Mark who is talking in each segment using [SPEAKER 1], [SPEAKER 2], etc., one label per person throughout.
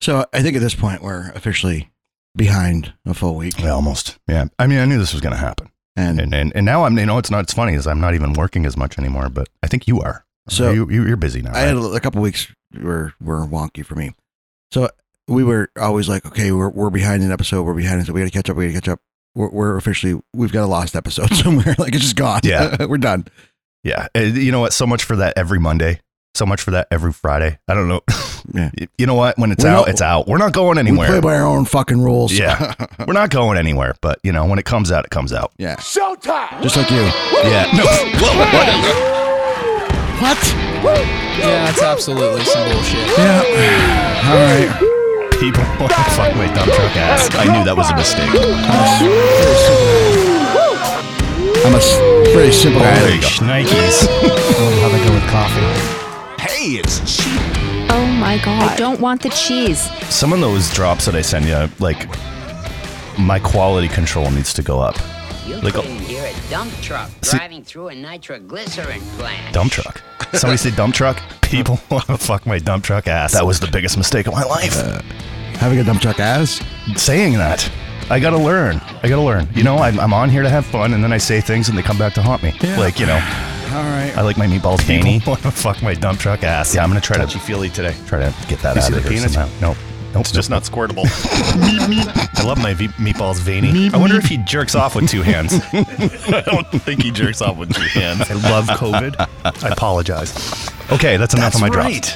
[SPEAKER 1] So I think at this point we're officially behind a full week.
[SPEAKER 2] Yeah, almost. Yeah. I mean, I knew this was going to happen.
[SPEAKER 1] And,
[SPEAKER 2] And, and and now I'm. You know, it's not. It's funny is I'm not even working as much anymore. But I think you are.
[SPEAKER 1] So-
[SPEAKER 2] you, you you're busy now.
[SPEAKER 1] I had a, a couple weeks were were wonky for me. So we were always like, okay, we're we're behind an episode, we're behind, so we got to catch up, we got to catch up. We're, we're officially we've got a lost episode somewhere, like it's just gone.
[SPEAKER 2] Yeah.
[SPEAKER 1] we're done.
[SPEAKER 2] Yeah. Uh, You know what? So much for that every Monday. So much for that every Friday. I don't know.
[SPEAKER 1] Yeah.
[SPEAKER 2] Y- you know what? When it's
[SPEAKER 1] We
[SPEAKER 2] out,
[SPEAKER 1] don't-
[SPEAKER 2] it's out. We're not going
[SPEAKER 1] We play
[SPEAKER 2] anywhere.
[SPEAKER 1] by our own fucking rules.
[SPEAKER 2] Yeah. We're not going anywhere. But you know, when it comes out, it comes out.
[SPEAKER 1] yeah,
[SPEAKER 3] Showtime!
[SPEAKER 1] just like you.
[SPEAKER 2] Yeah. No. Whoa, what?
[SPEAKER 1] What?
[SPEAKER 4] Yeah, it's absolutely some bullshit.
[SPEAKER 1] Yeah. All right.
[SPEAKER 2] People want to fuck my dump truck ass. I knew that was a mistake.
[SPEAKER 1] I'm a s- pretty simple
[SPEAKER 2] Holy
[SPEAKER 1] guy.
[SPEAKER 2] shnikes.
[SPEAKER 5] how they go with coffee.
[SPEAKER 2] Hey, it's cheap.
[SPEAKER 6] Oh my god. I don't want the cheese.
[SPEAKER 2] Some of those drops that I send you, like, my quality control needs to go up.
[SPEAKER 7] You
[SPEAKER 2] Like a-
[SPEAKER 7] couldn't hear a dump truck
[SPEAKER 2] See-
[SPEAKER 7] driving through a nitroglycerin plant.
[SPEAKER 2] Dump truck. Somebody say dump truck. People want to fuck my dump truck ass. That was the biggest mistake of my life.
[SPEAKER 1] Having a dumb truck ass.
[SPEAKER 2] saying that. I gotta learn. I gotta learn. You know, I'm, I'm on here to have fun, and then I say things, and they come back to haunt me. Like you know,
[SPEAKER 1] All right.
[SPEAKER 2] I like my meatballs beanie. Want to fuck my dump truck ass? Yeah, I'm gonna try to
[SPEAKER 8] feely today.
[SPEAKER 2] try to get that
[SPEAKER 8] You
[SPEAKER 2] out
[SPEAKER 8] see
[SPEAKER 2] of
[SPEAKER 8] the
[SPEAKER 2] here
[SPEAKER 8] penis?
[SPEAKER 2] somehow. Nope. Nope.
[SPEAKER 8] It's just not squirtable. I love my v- meatballs veiny.
[SPEAKER 2] Meep,
[SPEAKER 8] I wonder
[SPEAKER 2] meep.
[SPEAKER 8] if he jerks off with two hands. I don't think he jerks off with two hands.
[SPEAKER 2] I love COVID. I apologize. Okay, that's enough of my drops.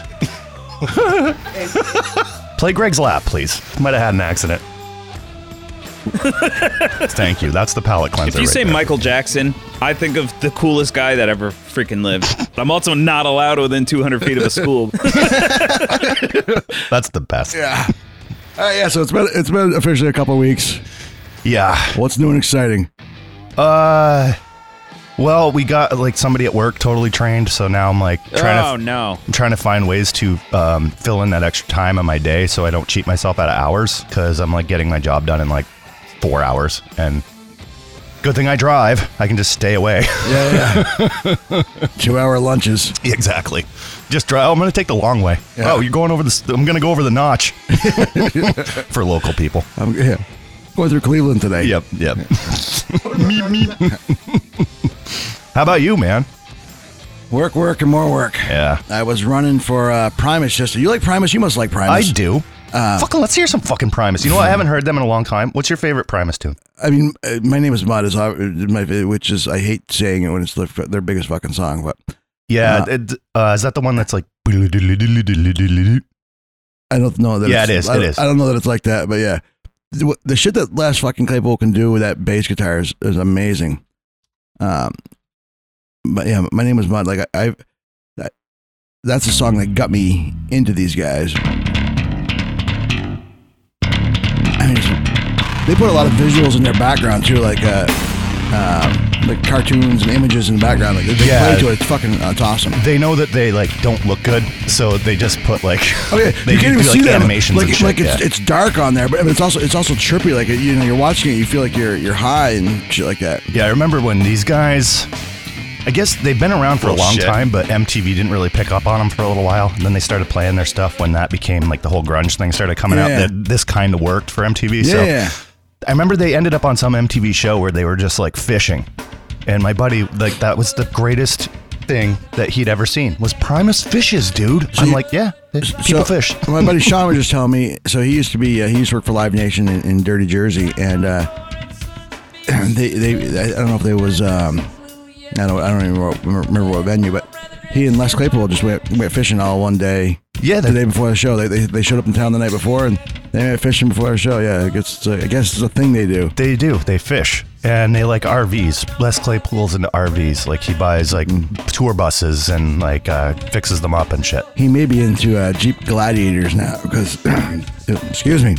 [SPEAKER 2] Play Greg's lap, please. Might have had an accident. Thank you. That's the palate
[SPEAKER 9] If
[SPEAKER 2] cleanser.
[SPEAKER 9] you
[SPEAKER 2] right
[SPEAKER 9] say
[SPEAKER 2] there.
[SPEAKER 9] Michael Jackson, I think of the coolest guy that ever freaking lived. I'm also not allowed within 200 feet of a school.
[SPEAKER 2] that's the best. Yeah.
[SPEAKER 1] Yeah. Uh, yeah. So it's been it's been officially a couple weeks. What's new and exciting?
[SPEAKER 2] Uh, well, we got like somebody at work totally trained, so now I'm like trying
[SPEAKER 9] oh
[SPEAKER 2] to
[SPEAKER 9] no!
[SPEAKER 2] I'm trying to find ways to um, fill in that extra time on my day so I don't cheat myself out of hours because I'm like getting my job done in like four hours. And good thing I drive; I can just stay away.
[SPEAKER 1] Yeah. yeah. Two hour lunches.
[SPEAKER 2] exactly. Just drive. Oh, I'm gonna take the long way.
[SPEAKER 1] Yeah.
[SPEAKER 2] Oh, you're going over this. I'm gonna go over the notch for local people.
[SPEAKER 1] I'm yeah. going through Cleveland today.
[SPEAKER 2] Yep, yep. How about you, man?
[SPEAKER 1] Work, work, and more work.
[SPEAKER 2] Yeah.
[SPEAKER 1] I was running for uh, Primus yesterday. You like Primus? You must like
[SPEAKER 2] I
[SPEAKER 1] Primus. Uh,
[SPEAKER 2] do. Fuck, let's hear some fucking Primus. You know, what? I haven't heard them in a long time. What's your favorite Primus tune?
[SPEAKER 1] I mean, uh, my name is Mud, is uh, my, which is I hate saying it when it's their, their biggest fucking song, but
[SPEAKER 2] Yeah, it- uh, is that the one that's like? Yeah,
[SPEAKER 1] I don't know that.
[SPEAKER 2] Yeah,
[SPEAKER 1] it's,
[SPEAKER 2] it is,
[SPEAKER 1] I,
[SPEAKER 2] it
[SPEAKER 1] don't-
[SPEAKER 2] is.
[SPEAKER 1] I don't know that it's like that, but yeah, the, what- the shit that Last fucking Claypool can do with that bass guitar is, is amazing. Um, but yeah, my name is Mud. Like I, I that, that's the song that got me into these guys. I mean, it's- they put a lot of visuals in their background too, like uh, uh, like cartoons and images in the background. Like they
[SPEAKER 2] Yeah.
[SPEAKER 1] play to it. It's fucking, uh, it's awesome.
[SPEAKER 2] they know that they like don't look good, so they just put like.
[SPEAKER 1] Oh yeah,
[SPEAKER 2] they
[SPEAKER 1] you can't
[SPEAKER 2] do,
[SPEAKER 1] even
[SPEAKER 2] like,
[SPEAKER 1] see them.
[SPEAKER 2] animations
[SPEAKER 1] like,
[SPEAKER 2] and shit,
[SPEAKER 1] like it's,
[SPEAKER 2] yeah.
[SPEAKER 1] it's dark on there, but but it's also it's also trippy. Like you know, you're watching it, you feel like you're you're high and shit like that.
[SPEAKER 2] Yeah, I remember when these guys. I guess they've been around for a
[SPEAKER 8] Little
[SPEAKER 2] long
[SPEAKER 8] shit.
[SPEAKER 2] time, but MTV didn't really pick up on them for a little while. And then they started playing their stuff when that became like the whole grunge thing started coming out.
[SPEAKER 1] Yeah.
[SPEAKER 2] That this kind of worked for MTV. So
[SPEAKER 1] Yeah,
[SPEAKER 2] I remember they ended up on some MTV show where they were just like fishing. And my buddy, like, that was the greatest thing that he'd ever seen was Primus fishes, dude. I'm
[SPEAKER 1] you-
[SPEAKER 2] like, yeah, they- people fish.
[SPEAKER 1] my buddy Sean was just telling me. So he used to be uh, he used to work for Live Nation in, in Dirty Jersey, and uh, they they I don't know if they was um, I don't I don't even remember- remember what venue, but he and Les Claypool just went went fishing all one day.
[SPEAKER 2] Yeah,
[SPEAKER 1] The
[SPEAKER 2] they,
[SPEAKER 1] day before the show, they, they, they showed up in town the night before and they went fishing before the show. Yeah, I guess it's a, I guess it's a thing they do.
[SPEAKER 2] they do. They fish. And they like RVs. Les Claypool's into RVs. Like, he buys like
[SPEAKER 1] Mm.
[SPEAKER 2] tour buses and like uh, fixes them up and shit.
[SPEAKER 1] he may be into uh, Jeep Gladiators now because, excuse me,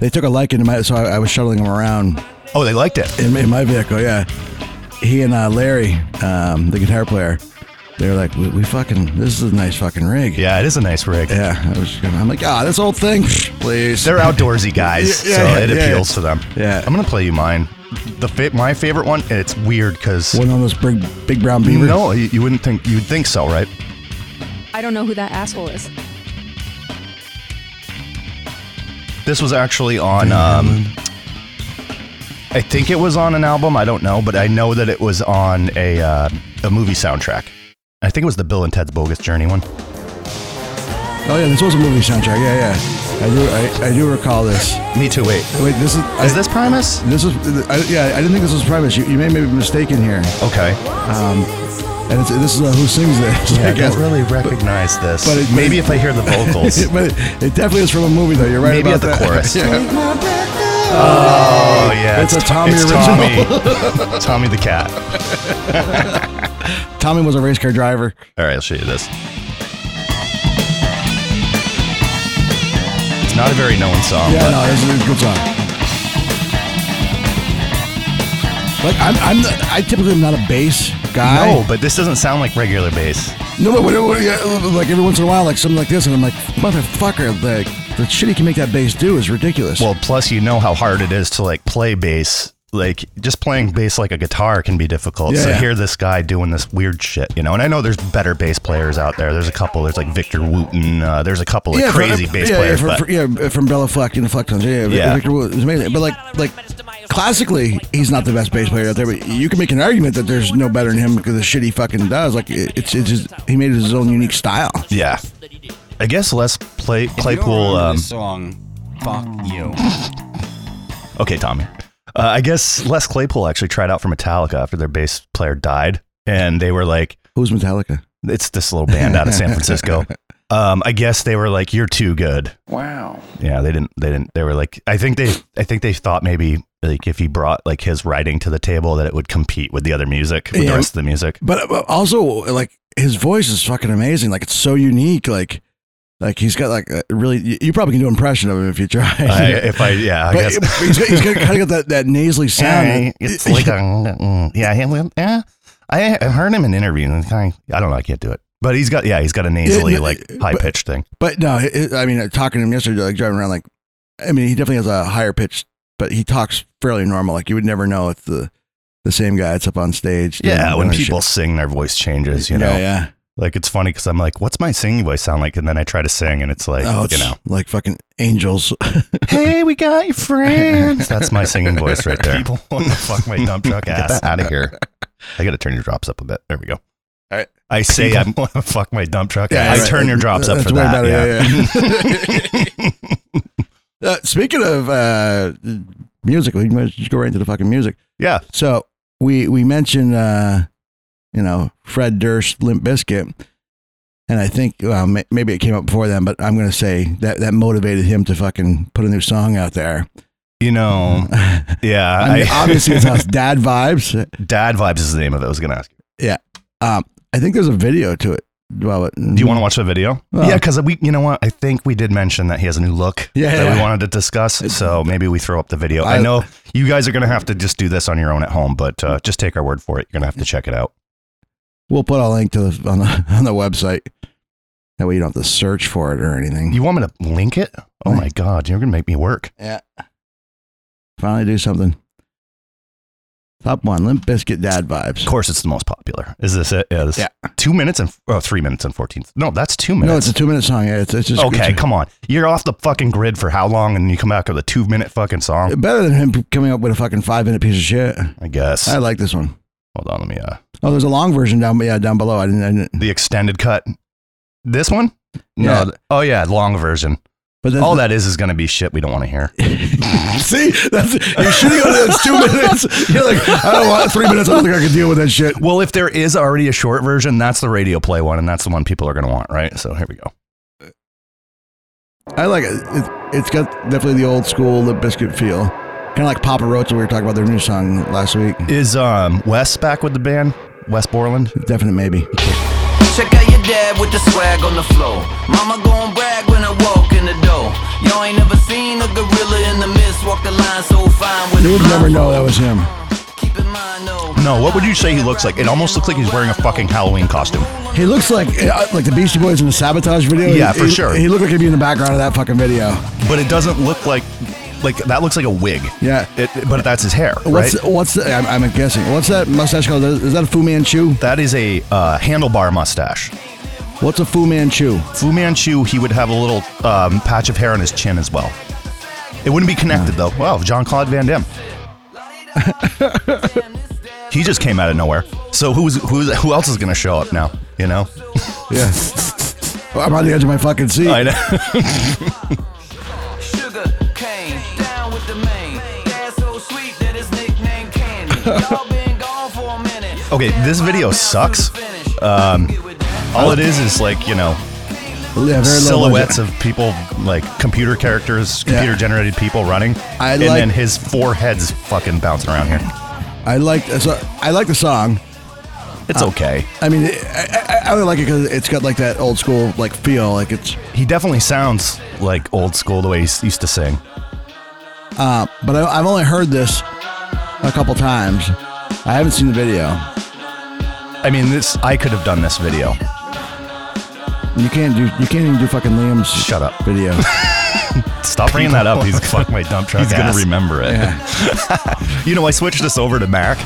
[SPEAKER 1] they took a liking to my, so I, I was shuttling him around
[SPEAKER 2] Oh, they liked it.
[SPEAKER 1] in, in my vehicle. Yeah, he and uh, Larry, um, the guitar player, they were like, we, "We fucking, this is a nice fucking rig."
[SPEAKER 2] Yeah, it is a nice rig.
[SPEAKER 1] yeah. I was, gonna- I'm like, ah, this old thing, please.
[SPEAKER 2] They're outdoorsy guys,
[SPEAKER 1] Yeah,
[SPEAKER 2] so
[SPEAKER 1] yeah,
[SPEAKER 2] it
[SPEAKER 1] yeah.
[SPEAKER 2] appeals to them.
[SPEAKER 1] Yeah.
[SPEAKER 2] I'm gonna play you mine. The fa- my favorite one. and It's weird because
[SPEAKER 1] one of those big, big brown beaver.
[SPEAKER 2] No, you, you wouldn't think you'd think so, right?
[SPEAKER 6] I don't know who that asshole is.
[SPEAKER 2] This was actually on. Um, I think it was on an album. I don't know, but I know that it was on a uh, a movie soundtrack. I think it was the Bill and Ted's Bogus Journey one.
[SPEAKER 1] Oh yeah, this was a movie soundtrack. Yeah, yeah. I do. I, I do recall this.
[SPEAKER 2] Me too. Wait,
[SPEAKER 1] Wait, this is.
[SPEAKER 2] is
[SPEAKER 1] I,
[SPEAKER 2] this Primus?
[SPEAKER 1] This is. I, yeah, I didn't think this was Primus. You, you may, may be mistaken here.
[SPEAKER 2] Okay.
[SPEAKER 1] And it's, this is uh, who sings this.
[SPEAKER 2] Yeah, I
[SPEAKER 1] I guess.
[SPEAKER 2] don't really recognize this.
[SPEAKER 1] but it-
[SPEAKER 2] maybe if I hear the vocals.
[SPEAKER 1] but it, it definitely is from a movie, though. You're right
[SPEAKER 2] Maybe
[SPEAKER 1] about
[SPEAKER 2] at the
[SPEAKER 1] that.
[SPEAKER 2] chorus.
[SPEAKER 1] yeah.
[SPEAKER 2] Oh yeah,
[SPEAKER 1] It's a Tommy
[SPEAKER 2] It's
[SPEAKER 1] original.
[SPEAKER 2] Tommy. Tommy the cat.
[SPEAKER 1] Tommy was a race car driver.
[SPEAKER 2] All right, I'll show you this. It's not a very known song,
[SPEAKER 1] Yeah,
[SPEAKER 2] but
[SPEAKER 1] no, this is a good song. But I'm, I'm the, I typically am not a bass guy.
[SPEAKER 2] no, Oh, but this doesn't sound like regular bass.
[SPEAKER 1] No, but when, when, yeah, like every once in a while, like something like this, and I'm like, motherfucker, the the shit he can make that bass do is ridiculous.
[SPEAKER 2] Well, plus you know how hard it is to like play bass. Like just playing bass like a guitar can be difficult.
[SPEAKER 1] Yeah,
[SPEAKER 2] so
[SPEAKER 1] yeah.
[SPEAKER 2] hear this guy doing this weird shit, you know. And I know there's better bass players out there. There's a couple. There's like Victor Wooten. Uh, there's a couple of
[SPEAKER 1] yeah,
[SPEAKER 2] crazy
[SPEAKER 1] from,
[SPEAKER 2] bass
[SPEAKER 1] yeah,
[SPEAKER 2] players.
[SPEAKER 1] yeah,
[SPEAKER 2] but
[SPEAKER 1] from, yeah, from Bella Fleck and the Flecktons. Yeah,
[SPEAKER 2] Yeah.
[SPEAKER 1] yeah, Victor Wood is amazing. But like, like classically, he's not the best bass player out there. But you can make an argument that there's no better than him because the shit he fucking does. Like, it- it's it's just, he made his own unique style.
[SPEAKER 2] yeah, I guess Les play Claypool. Um,
[SPEAKER 3] song. Fuck you.
[SPEAKER 2] Okay, Tommy. Uh, I guess Les Claypool actually tried out for Metallica after their bass player died, and they were like,
[SPEAKER 1] Who's Metallica?
[SPEAKER 2] "It's this little band out of San Francisco." Um, I guess they were like, "You're too good."
[SPEAKER 3] Wow.
[SPEAKER 2] Yeah, they didn't. They didn't. They were like, I think they, I think they thought maybe like if he brought like his writing to the table that it would compete with the other music, with the
[SPEAKER 1] Yeah.
[SPEAKER 2] rest of the music.
[SPEAKER 1] But but also, like his voice is fucking amazing. Like it's so unique. Like like he's got like a really. You, you probably can do an impression of him if you try.
[SPEAKER 2] I, if I, yeah, I
[SPEAKER 1] but
[SPEAKER 2] guess.
[SPEAKER 1] but he's got, he's got, kind of got that, that nasally sound.
[SPEAKER 2] Yeah, it's like a, mm, yeah, he- well, yeah. I I heard him in interviews. and it's kind of- I don't know. I can't do it. But he's got, yeah, he's got a nasally,
[SPEAKER 1] Yeah,
[SPEAKER 2] like
[SPEAKER 1] but-
[SPEAKER 2] high pitched thing.
[SPEAKER 1] But no, it, it- I mean, talking to him yesterday, like driving around, like, I mean, he definitely has a higher pitch, but he talks fairly normal. Like you would never know it's the the same guy that's up on stage. doing-
[SPEAKER 2] Yeah, when
[SPEAKER 1] doing
[SPEAKER 2] people
[SPEAKER 1] shit.
[SPEAKER 2] sing, their voice changes. You know,
[SPEAKER 1] yeah, yeah.
[SPEAKER 2] like it's funny because I'm like, what's my singing voice sound like? And then I try to sing, and it's like,
[SPEAKER 1] oh, it's
[SPEAKER 2] you know,
[SPEAKER 1] like fucking angels.
[SPEAKER 2] hey, we got your friends. That's my singing voice right there. People want to fuck my dump truck ass. out of here. I got to turn your drops up a bit. There we go.
[SPEAKER 1] All right.
[SPEAKER 2] I say I want to fuck my dump truck.
[SPEAKER 1] Yeah,
[SPEAKER 2] ass. I
[SPEAKER 1] right.
[SPEAKER 2] turn your drops up
[SPEAKER 1] That's
[SPEAKER 2] for
[SPEAKER 1] way
[SPEAKER 2] that.
[SPEAKER 1] better,
[SPEAKER 2] yeah.
[SPEAKER 1] uh, speaking of uh, music, we might just go right into the fucking music.
[SPEAKER 2] Yeah.
[SPEAKER 1] So we we mentioned uh, you know Fred Durst, Limp Bizkit, and I think well, ma- maybe it came up before then, but I'm gonna say that that motivated him to fucking put a new song out there.
[SPEAKER 2] You know, yeah.
[SPEAKER 1] I mean,
[SPEAKER 2] I-
[SPEAKER 1] obviously it's us dad vibes.
[SPEAKER 2] Dad Vibes is the name of it. I was going to ask.
[SPEAKER 1] Um, I think there's a video to it. Well,
[SPEAKER 2] Do you want to watch the video?
[SPEAKER 1] Well-
[SPEAKER 2] yeah, because we, you know what? I think we did mention that he has a new look
[SPEAKER 1] Yeah,
[SPEAKER 2] that we
[SPEAKER 1] yeah.
[SPEAKER 2] wanted to discuss. So maybe we throw up the video. I,
[SPEAKER 1] I-
[SPEAKER 2] know you guys are going to have to just do this on your own at home, but uh, just take our word for it. You're going to have to check it out.
[SPEAKER 1] We'll put a link to the, on the on the website. That way you don't have to search for it or anything.
[SPEAKER 2] You want me to link it? Oh my God, you're going to make me work.
[SPEAKER 1] Yeah. Finally do something. Top one, Limp Biscuit Dad vibes.
[SPEAKER 2] Of course, it's the most popular. Is this it? Yeah. This
[SPEAKER 1] Yeah.
[SPEAKER 2] Two minutes and oh, three minutes and 14. No, that's two minutes.
[SPEAKER 1] No, it's a two minute song. Yeah, it's, it's just
[SPEAKER 2] okay,
[SPEAKER 1] it's-
[SPEAKER 2] come on. You're off the fucking grid for how long and you come back with a two minute fucking song?
[SPEAKER 1] Better than him coming up with a fucking five minute piece of shit.
[SPEAKER 2] I guess.
[SPEAKER 1] I like this one.
[SPEAKER 2] Hold on, let me. uh
[SPEAKER 1] Oh, there's a long version down, yeah, down below. I didn't, I didn't
[SPEAKER 2] The extended cut. This one? No.
[SPEAKER 1] Yeah.
[SPEAKER 2] th- Oh, yeah, long version.
[SPEAKER 1] but then,
[SPEAKER 2] All that is is going to be shit we don't want to hear.
[SPEAKER 1] see, that's, you should go to that's two minutes. You're like, I don't want three minutes. I don't think I can deal with that shit.
[SPEAKER 2] well, if there is already a short version, that's the radio play one, and that's the one people are going to want, right? So here we go.
[SPEAKER 1] I like it. it it's got definitely the old school Limp Biscuit feel. Kind of like Papa Roach, we were talking about their new song last week.
[SPEAKER 2] Is um Wes back with the band? Wes Borland?
[SPEAKER 1] Definite maybe.
[SPEAKER 10] Check out your dad with the swag on the floor. Mama gon' brag when I walk in the door. Y'all ain't never seen a gorilla in the mist walk the line so fine with
[SPEAKER 1] You
[SPEAKER 10] a
[SPEAKER 1] would never know that
[SPEAKER 10] blindfold.
[SPEAKER 1] was him.
[SPEAKER 10] Keep in mind, no.
[SPEAKER 2] No, what would you say he looks like? It almost looks like he's wearing a fucking Halloween costume.
[SPEAKER 1] He looks like uh, like the Beastie Boys in the Sabotage video.
[SPEAKER 2] Yeah,
[SPEAKER 1] He-
[SPEAKER 2] for
[SPEAKER 1] he-
[SPEAKER 2] sure.
[SPEAKER 1] He looked like he'd be in the background of that fucking video.
[SPEAKER 2] But it doesn't look like like that looks like a wig.
[SPEAKER 1] Yeah.
[SPEAKER 2] It, but that's his hair, right?
[SPEAKER 1] What's what's the, I'm, I'm guessing. What's that mustache called? Is that a Fu Manchu?
[SPEAKER 2] That is a uh, handlebar mustache.
[SPEAKER 1] What's a Fu Manchu?
[SPEAKER 2] Fu Manchu, he would have a little um, patch of hair on his chin as well. It wouldn't be
[SPEAKER 1] Hmm.
[SPEAKER 2] connected though. Wow, John Claude Van Damme. he just came out of nowhere. So who's who's who else is gonna show up now? You know?
[SPEAKER 1] Yeah. Well, I'm on the edge of my fucking seat.
[SPEAKER 2] I know.
[SPEAKER 10] Sugar cane, down with the main. That's so sweet that his nickname candy. Y'all been gone for a minute.
[SPEAKER 2] Okay, this video sucks.
[SPEAKER 10] Um,
[SPEAKER 2] All it is is like you know
[SPEAKER 1] Yeah, very low budget.
[SPEAKER 2] silhouettes of people like computer characters,
[SPEAKER 1] Yeah.
[SPEAKER 2] computer generated people running,
[SPEAKER 1] I
[SPEAKER 2] and
[SPEAKER 1] like-
[SPEAKER 2] then his four heads fucking bouncing around here.
[SPEAKER 1] I like so I like the song. Uh,
[SPEAKER 2] It's okay.
[SPEAKER 1] I mean, I, I, I really like it because it's got like that old school like feel. Like it's,
[SPEAKER 2] He definitely sounds like old school the way he s- used to sing.
[SPEAKER 1] but I, I've only heard this a couple times. I haven't seen the video.
[SPEAKER 2] I mean, this I could have done this video.
[SPEAKER 1] You can't do. You can't even do fucking Liam's
[SPEAKER 2] Shut up.
[SPEAKER 1] video.
[SPEAKER 2] Stop bringing that up. He's fuck my dump truck. He's
[SPEAKER 1] ass.
[SPEAKER 2] gonna remember it. you know, I switched this over to Mac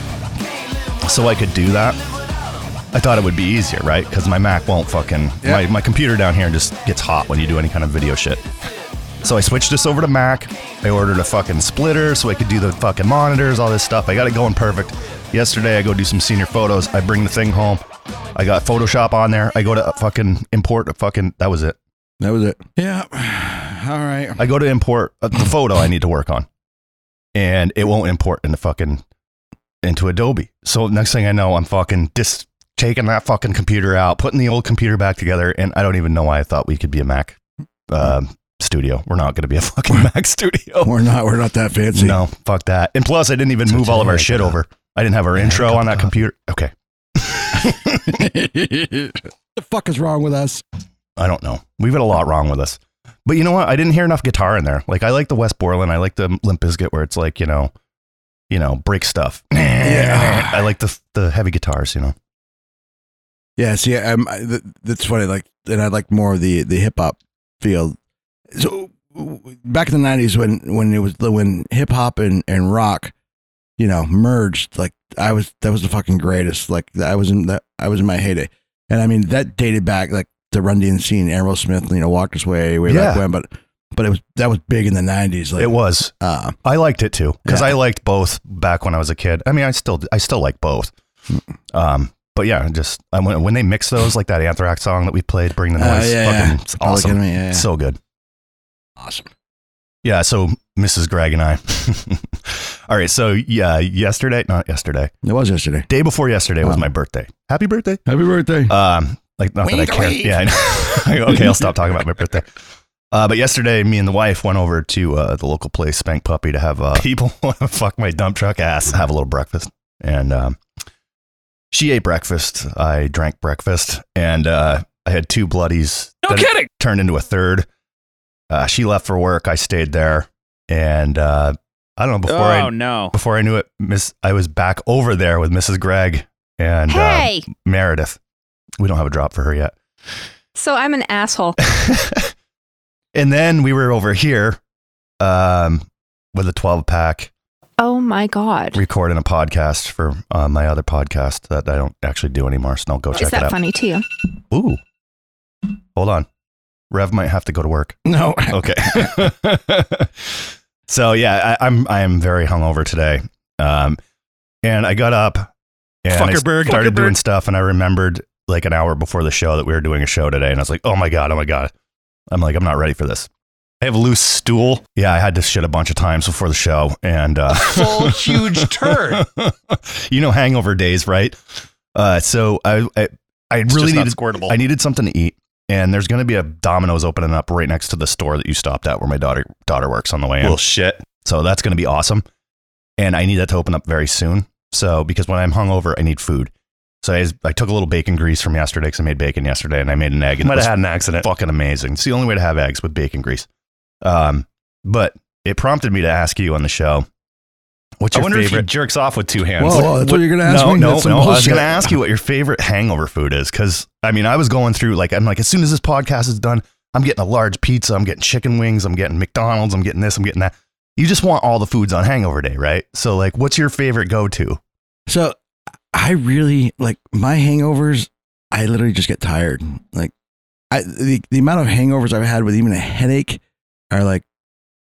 [SPEAKER 2] so I could do that. I thought it would be easier, right? Because my Mac won't fucking
[SPEAKER 1] Yeah.
[SPEAKER 2] my, my computer down here just gets hot when you do any kind of video shit. So I switched this over to Mac. I ordered a fucking splitter so I could do the fucking monitors, all this stuff. I got it going perfect. Yesterday I go do some senior photos. I bring the thing home. I got Photoshop on there. I go to fucking import a fucking that was it.
[SPEAKER 1] that was it. Yeah. All right.
[SPEAKER 2] I go to import uh, the photo I need to work on, and it won't import into fucking into Adobe. So next thing I know, I'm fucking just taking that fucking computer out, putting the old computer back together, and I don't even know why I thought we could be a Mac um, studio. We're not going to be a fucking Mac studio.
[SPEAKER 1] We're not. We're not that fancy.
[SPEAKER 2] No, fuck that. And plus, I didn't even move all of our shit over. I didn't have our intro on that computer. Okay,
[SPEAKER 1] What the fuck is wrong with us?
[SPEAKER 2] I don't know. We've had a lot wrong with us. But you know what? I didn't hear enough guitar in there. Like I like the West Borland. I like the Limp Bizkit where it's like you know, you know, break stuff. Yeah. I like the the heavy guitars. You know.
[SPEAKER 1] Yeah. See, I'm, I, th- that's funny. Like, and I like more of the the hip hop feel. So w- back in the nineties, when when it was when hip hop and and rock, you know, merged. Like, I was that was the fucking greatest. Like, I was in that I was in my heyday, and I mean that dated back like the Run DMC and Aerosmith. You know, walked his way way back
[SPEAKER 2] Yeah.
[SPEAKER 1] when, but. But it was that was big in the '90s. Like
[SPEAKER 2] It was.
[SPEAKER 1] uh,
[SPEAKER 2] I liked it too because
[SPEAKER 1] Yeah.
[SPEAKER 2] I liked both back when I was a kid. I mean, I still I still like both. Um, but yeah, just I when, when they mix those like that Anthrax song that we played, "Bring the Noise,"
[SPEAKER 1] Uh, yeah,
[SPEAKER 2] fucking,
[SPEAKER 1] yeah.
[SPEAKER 2] it's
[SPEAKER 1] Public
[SPEAKER 2] awesome,
[SPEAKER 1] Enemy, yeah, yeah.
[SPEAKER 2] so good.
[SPEAKER 1] awesome.
[SPEAKER 2] Yeah, so Mrs. Gregg and I. All right, so yeah, yesterday, not yesterday,
[SPEAKER 1] It was yesterday.
[SPEAKER 2] day before yesterday was
[SPEAKER 1] Wow.
[SPEAKER 2] my birthday. Happy birthday.
[SPEAKER 1] Happy birthday.
[SPEAKER 2] Um, like not that I care. Yeah, I know. okay, I'll stop talking about my birthday. Uh, but yesterday, me and the wife went over to uh, the local place, Spank Puppy, to have uh, people want to fuck my dump truck ass, have a little breakfast, and um, she ate breakfast. I drank breakfast, and uh, I had two bloodies.
[SPEAKER 9] No
[SPEAKER 2] that
[SPEAKER 9] kidding.
[SPEAKER 2] Turned into a third. Uh, she left for work. I stayed there, and uh, I don't know before I
[SPEAKER 9] oh no.
[SPEAKER 2] before I knew it, Miss, I was back over there with Mrs. Gregg and uh,
[SPEAKER 6] Hey,
[SPEAKER 2] Meredith. We don't have a drop for her yet.
[SPEAKER 6] so I'm an asshole.
[SPEAKER 2] And then we were over here um, with a 12 pack
[SPEAKER 6] Oh my god.
[SPEAKER 2] recording a podcast for uh, my other podcast that I don't actually do anymore. So don't go
[SPEAKER 6] Is
[SPEAKER 2] check it
[SPEAKER 6] that
[SPEAKER 2] out.
[SPEAKER 6] funny to you?
[SPEAKER 2] Ooh. Hold on. Rev might have to go to work.
[SPEAKER 1] No,
[SPEAKER 2] Okay. so yeah, I, I'm I am very hungover today. Um, and I got up and I
[SPEAKER 9] Fuckerberg.
[SPEAKER 2] started doing
[SPEAKER 9] Fuckerberg.
[SPEAKER 2] stuff, and I remembered like an hour before the show that we were doing a show today, and I was like, oh my god, oh my god, I'm like I'm not ready for this. I have a loose stool. Yeah, I had to shit a bunch of times before the show, and uh,
[SPEAKER 3] Full huge turd.
[SPEAKER 2] you know, hangover days, right? Uh, so I I, I really
[SPEAKER 8] just not
[SPEAKER 2] needed
[SPEAKER 8] squirtable.
[SPEAKER 2] I needed something to eat, and there's going to be a Domino's opening up right next to the store that you stopped at where my daughter daughter works on the way in.
[SPEAKER 8] shit.
[SPEAKER 2] So that's going to be awesome. And I need that to open up very soon. So, because when I'm hungover, I need food. So I, I took a little bacon grease from yesterday because I made bacon yesterday and I made an egg. And it
[SPEAKER 8] Might
[SPEAKER 2] was
[SPEAKER 8] have had an accident.
[SPEAKER 2] fucking amazing. It's the only way to have eggs with bacon grease. Um, but it prompted me to ask you on the show, what's
[SPEAKER 8] I
[SPEAKER 2] your
[SPEAKER 8] wonder if
[SPEAKER 2] favorite?
[SPEAKER 8] he jerks off with two hands.
[SPEAKER 1] Whoa, whoa, that's what you're gonna ask
[SPEAKER 2] no,
[SPEAKER 1] me?
[SPEAKER 2] no,
[SPEAKER 1] That's some
[SPEAKER 2] no. I was
[SPEAKER 1] bullshit.
[SPEAKER 2] gonna ask you what your favorite hangover food is, because I mean, I was going through like I'm like, as soon as this podcast is done, I'm getting a large pizza, I'm getting chicken wings, I'm getting McDonald's, I'm getting this, I'm getting that. You just want all the foods on hangover day, right? So, like, what's your favorite go-to?
[SPEAKER 1] So I really like my hangovers. I literally just get tired. Like I the, the amount of hangovers I've had with even a headache are like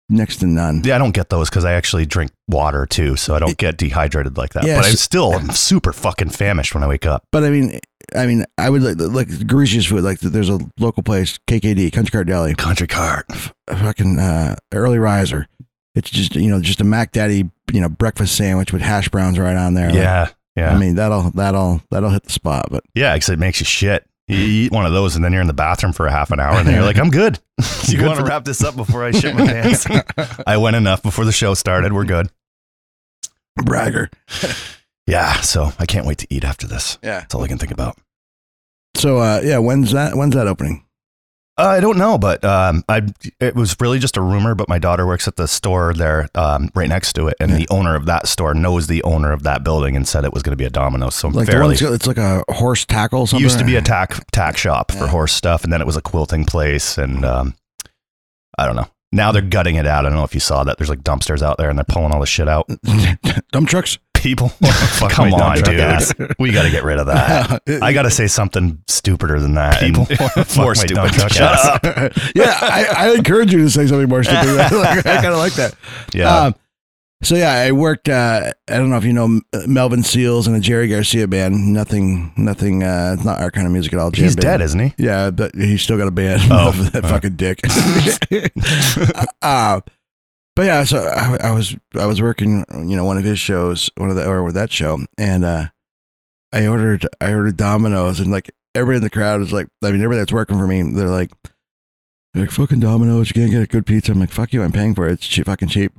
[SPEAKER 1] next to none.
[SPEAKER 2] Yeah, I don't get those because I actually drink water too, so I don't get dehydrated like that.
[SPEAKER 1] Yeah,
[SPEAKER 2] but I'm
[SPEAKER 1] so-
[SPEAKER 2] still I'm super fucking famished when I wake up.
[SPEAKER 1] But I mean, I mean, I would like like Grecia's food. Like there's a local place, KKD, Country Cart Deli,
[SPEAKER 2] Country cart.
[SPEAKER 1] a fucking uh, early riser. It's just you know just a Mac Daddy you know breakfast sandwich with hash browns right on there.
[SPEAKER 2] Yeah,
[SPEAKER 1] Like,
[SPEAKER 2] yeah,
[SPEAKER 1] I mean that'll that'll that'll hit the spot. But
[SPEAKER 2] yeah. Because it makes you shit. You eat one of those, and then you're in the bathroom for a half an hour, and then you're like, "I'm good." you want to wrap this up before I shit my pants? I went enough before the show started. We're good.
[SPEAKER 1] bragger.
[SPEAKER 2] Yeah, so I can't wait to eat after this.
[SPEAKER 1] Yeah.
[SPEAKER 2] That's all I can think about.
[SPEAKER 1] So uh, yeah, when's that? When's that opening?
[SPEAKER 2] Uh, I don't know, but um, I it was really just a rumor. But my daughter works at the store there, um, right next to it, and the owner of that store knows the owner of that building and said it was going to be a Domino's. So I'm
[SPEAKER 1] Like the
[SPEAKER 2] fairly
[SPEAKER 1] one's got- it's like a horse tackle. Something
[SPEAKER 2] used to be a tack tack shop for
[SPEAKER 1] Yeah.
[SPEAKER 2] horse stuff, and then it was a quilting place, and um, I don't know. Now they're gutting it out. I don't know if you saw that. There's like dumpsters out there, and they're pulling all the shit out.
[SPEAKER 1] dump trucks.
[SPEAKER 2] People, Fuck
[SPEAKER 8] Come
[SPEAKER 2] my dump
[SPEAKER 8] on,
[SPEAKER 2] truck
[SPEAKER 8] dude.
[SPEAKER 2] ass. we got to get rid of that. I got to say something stupider than that. and
[SPEAKER 8] People
[SPEAKER 2] fuck
[SPEAKER 8] more
[SPEAKER 2] my
[SPEAKER 8] stupid.
[SPEAKER 2] dump truck
[SPEAKER 8] Shut
[SPEAKER 2] ass.
[SPEAKER 8] up.
[SPEAKER 1] yeah, I, I encourage you to say something more stupid. Like, I kind of like that.
[SPEAKER 2] Yeah.
[SPEAKER 1] Um, so yeah, I worked. Uh, I don't know if you know M- Melvin Seals and the Jerry Garcia band. Nothing, nothing. Uh, it's not our kind of music at all. Jam
[SPEAKER 2] He's
[SPEAKER 1] band.
[SPEAKER 2] dead, isn't he?
[SPEAKER 1] Yeah, but he's still got a band.
[SPEAKER 2] Oh.
[SPEAKER 1] that fucking dick. uh, but yeah, so I, I was I was working, you know, one of his shows, one of the or with that show, and uh, I ordered I ordered Domino's, and like everybody in the crowd was like, I mean, everybody that's working for me, they're like, they're like fucking Domino's, you can't get a good pizza. I'm like, fuck you, I'm paying for it. It's cheap, fucking cheap.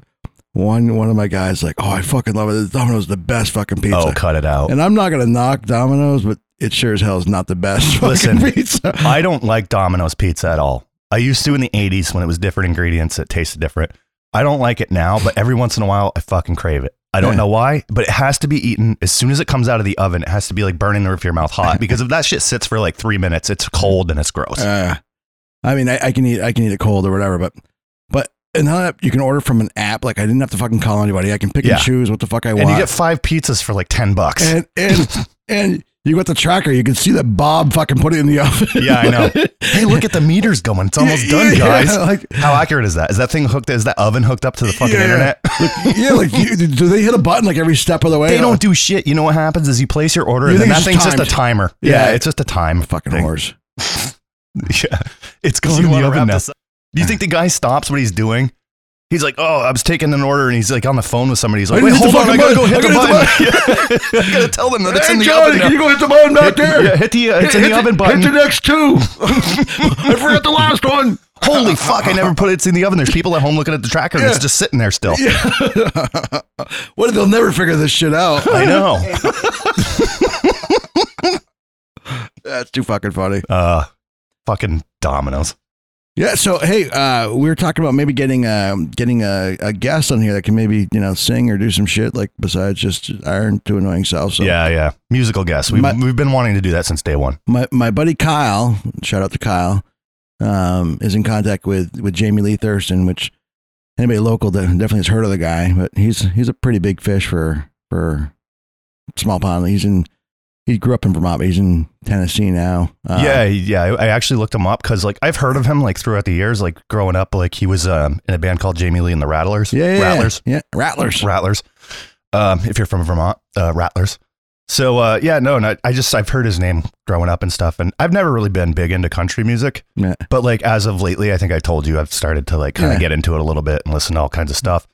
[SPEAKER 1] One one of my guys like, oh, I fucking love it. Domino's is the best fucking pizza.
[SPEAKER 2] Oh, cut it out.
[SPEAKER 1] And I'm not gonna knock Domino's, but it sure as hell is not the best fucking
[SPEAKER 2] Listen,
[SPEAKER 1] pizza.
[SPEAKER 2] I don't like Domino's pizza at all. I used to in the 80s when it was different ingredients, it tasted different. I don't like it now, but every once in a while, I fucking crave it. I don't
[SPEAKER 1] Yeah.
[SPEAKER 2] know why, but it has to be eaten as soon as it comes out of the oven. It has to be like burning the roof of your mouth hot because if that shit sits for like three minutes, it's cold and it's gross.
[SPEAKER 1] Uh, I mean, I, I can eat I can eat it cold or whatever, but but and now that you can order from an app, like I didn't have to fucking call anybody. I can pick
[SPEAKER 2] Yeah.
[SPEAKER 1] and choose what the fuck I
[SPEAKER 2] and
[SPEAKER 1] want.
[SPEAKER 2] you get five pizzas for like 10 bucks.
[SPEAKER 1] and and and you got the tracker. You can see that Bob fucking put it in the oven.
[SPEAKER 2] yeah, I know. hey, look at the meters going. It's almost done,
[SPEAKER 1] Yeah,
[SPEAKER 2] guys.
[SPEAKER 1] like-
[SPEAKER 2] How accurate is that? Is that thing hooked? Is that oven hooked up to the fucking
[SPEAKER 1] Yeah.
[SPEAKER 2] internet?
[SPEAKER 1] yeah, like you, do they hit a button like every step of the way?
[SPEAKER 2] They don't do shit. You know what happens is you place your order,
[SPEAKER 1] You
[SPEAKER 2] and then
[SPEAKER 1] think
[SPEAKER 2] that
[SPEAKER 1] it's
[SPEAKER 2] thing's
[SPEAKER 1] just
[SPEAKER 2] just a timer. Yeah,
[SPEAKER 1] Yeah.
[SPEAKER 2] it's just a time.
[SPEAKER 1] Oh, fucking
[SPEAKER 2] thing.
[SPEAKER 1] whores.
[SPEAKER 2] Yeah, it's
[SPEAKER 1] You
[SPEAKER 2] going in the
[SPEAKER 1] wanna
[SPEAKER 2] oven
[SPEAKER 1] wrap
[SPEAKER 2] now.
[SPEAKER 1] this
[SPEAKER 2] Do you think the guy stops what he's doing? He's like, "Oh, I was taking an order," and he's like on the phone with somebody. He's like,
[SPEAKER 1] I
[SPEAKER 2] "Wait,
[SPEAKER 1] hit the
[SPEAKER 2] hold on, I
[SPEAKER 1] fucking
[SPEAKER 2] gotta go
[SPEAKER 1] button.
[SPEAKER 2] hit the
[SPEAKER 1] I
[SPEAKER 2] button. Yeah. I gotta tell them that it's in the oven." now.
[SPEAKER 1] you go hit the button back
[SPEAKER 2] Hit- yeah, hit the uh, it's in the oven button.
[SPEAKER 1] next two. I forgot the last one.
[SPEAKER 2] Holy fuck! I never put it's in the oven. There's people at home looking at the tracker. and It's
[SPEAKER 1] Yeah.
[SPEAKER 2] just sitting there still.
[SPEAKER 1] what if they'll never figure this shit out?
[SPEAKER 2] I know.
[SPEAKER 1] That's too fucking funny.
[SPEAKER 2] Uh, fucking Domino's.
[SPEAKER 1] Yeah. So hey, uh, we were talking about maybe getting um, getting a, a guest on here that can maybe you know sing or do some shit like besides just iron two annoying selves. So
[SPEAKER 2] Yeah, yeah. Musical guest. We've,
[SPEAKER 1] My-
[SPEAKER 2] we've been wanting to do that since day one.
[SPEAKER 1] My my buddy Kyle, shout out to Kyle, um, is in contact with with Jamie Lee Thurston, which anybody local de- definitely has heard of the guy, but he's he's a pretty big fish for for small pond. He's in he grew up in Vermont, but he's in Tennessee now. Uh,
[SPEAKER 2] yeah, yeah. I I actually looked him up because like I've heard of him like throughout the years, like growing up, like he was um, in a band called Jamie Lee and the Rattlers.
[SPEAKER 1] Yeah, yeah,
[SPEAKER 2] Rattlers,
[SPEAKER 1] yeah, Rattlers.
[SPEAKER 2] Rattlers. Um, if you're from Vermont, uh, Rattlers. So uh, yeah, no, no. I just I've heard his name growing up and stuff, and I've never really been big into country music,
[SPEAKER 1] Yeah.
[SPEAKER 2] but like as of lately, I think I told you I've started to like kind of
[SPEAKER 1] Yeah.
[SPEAKER 2] get into it a little bit and listen to all kinds of stuff.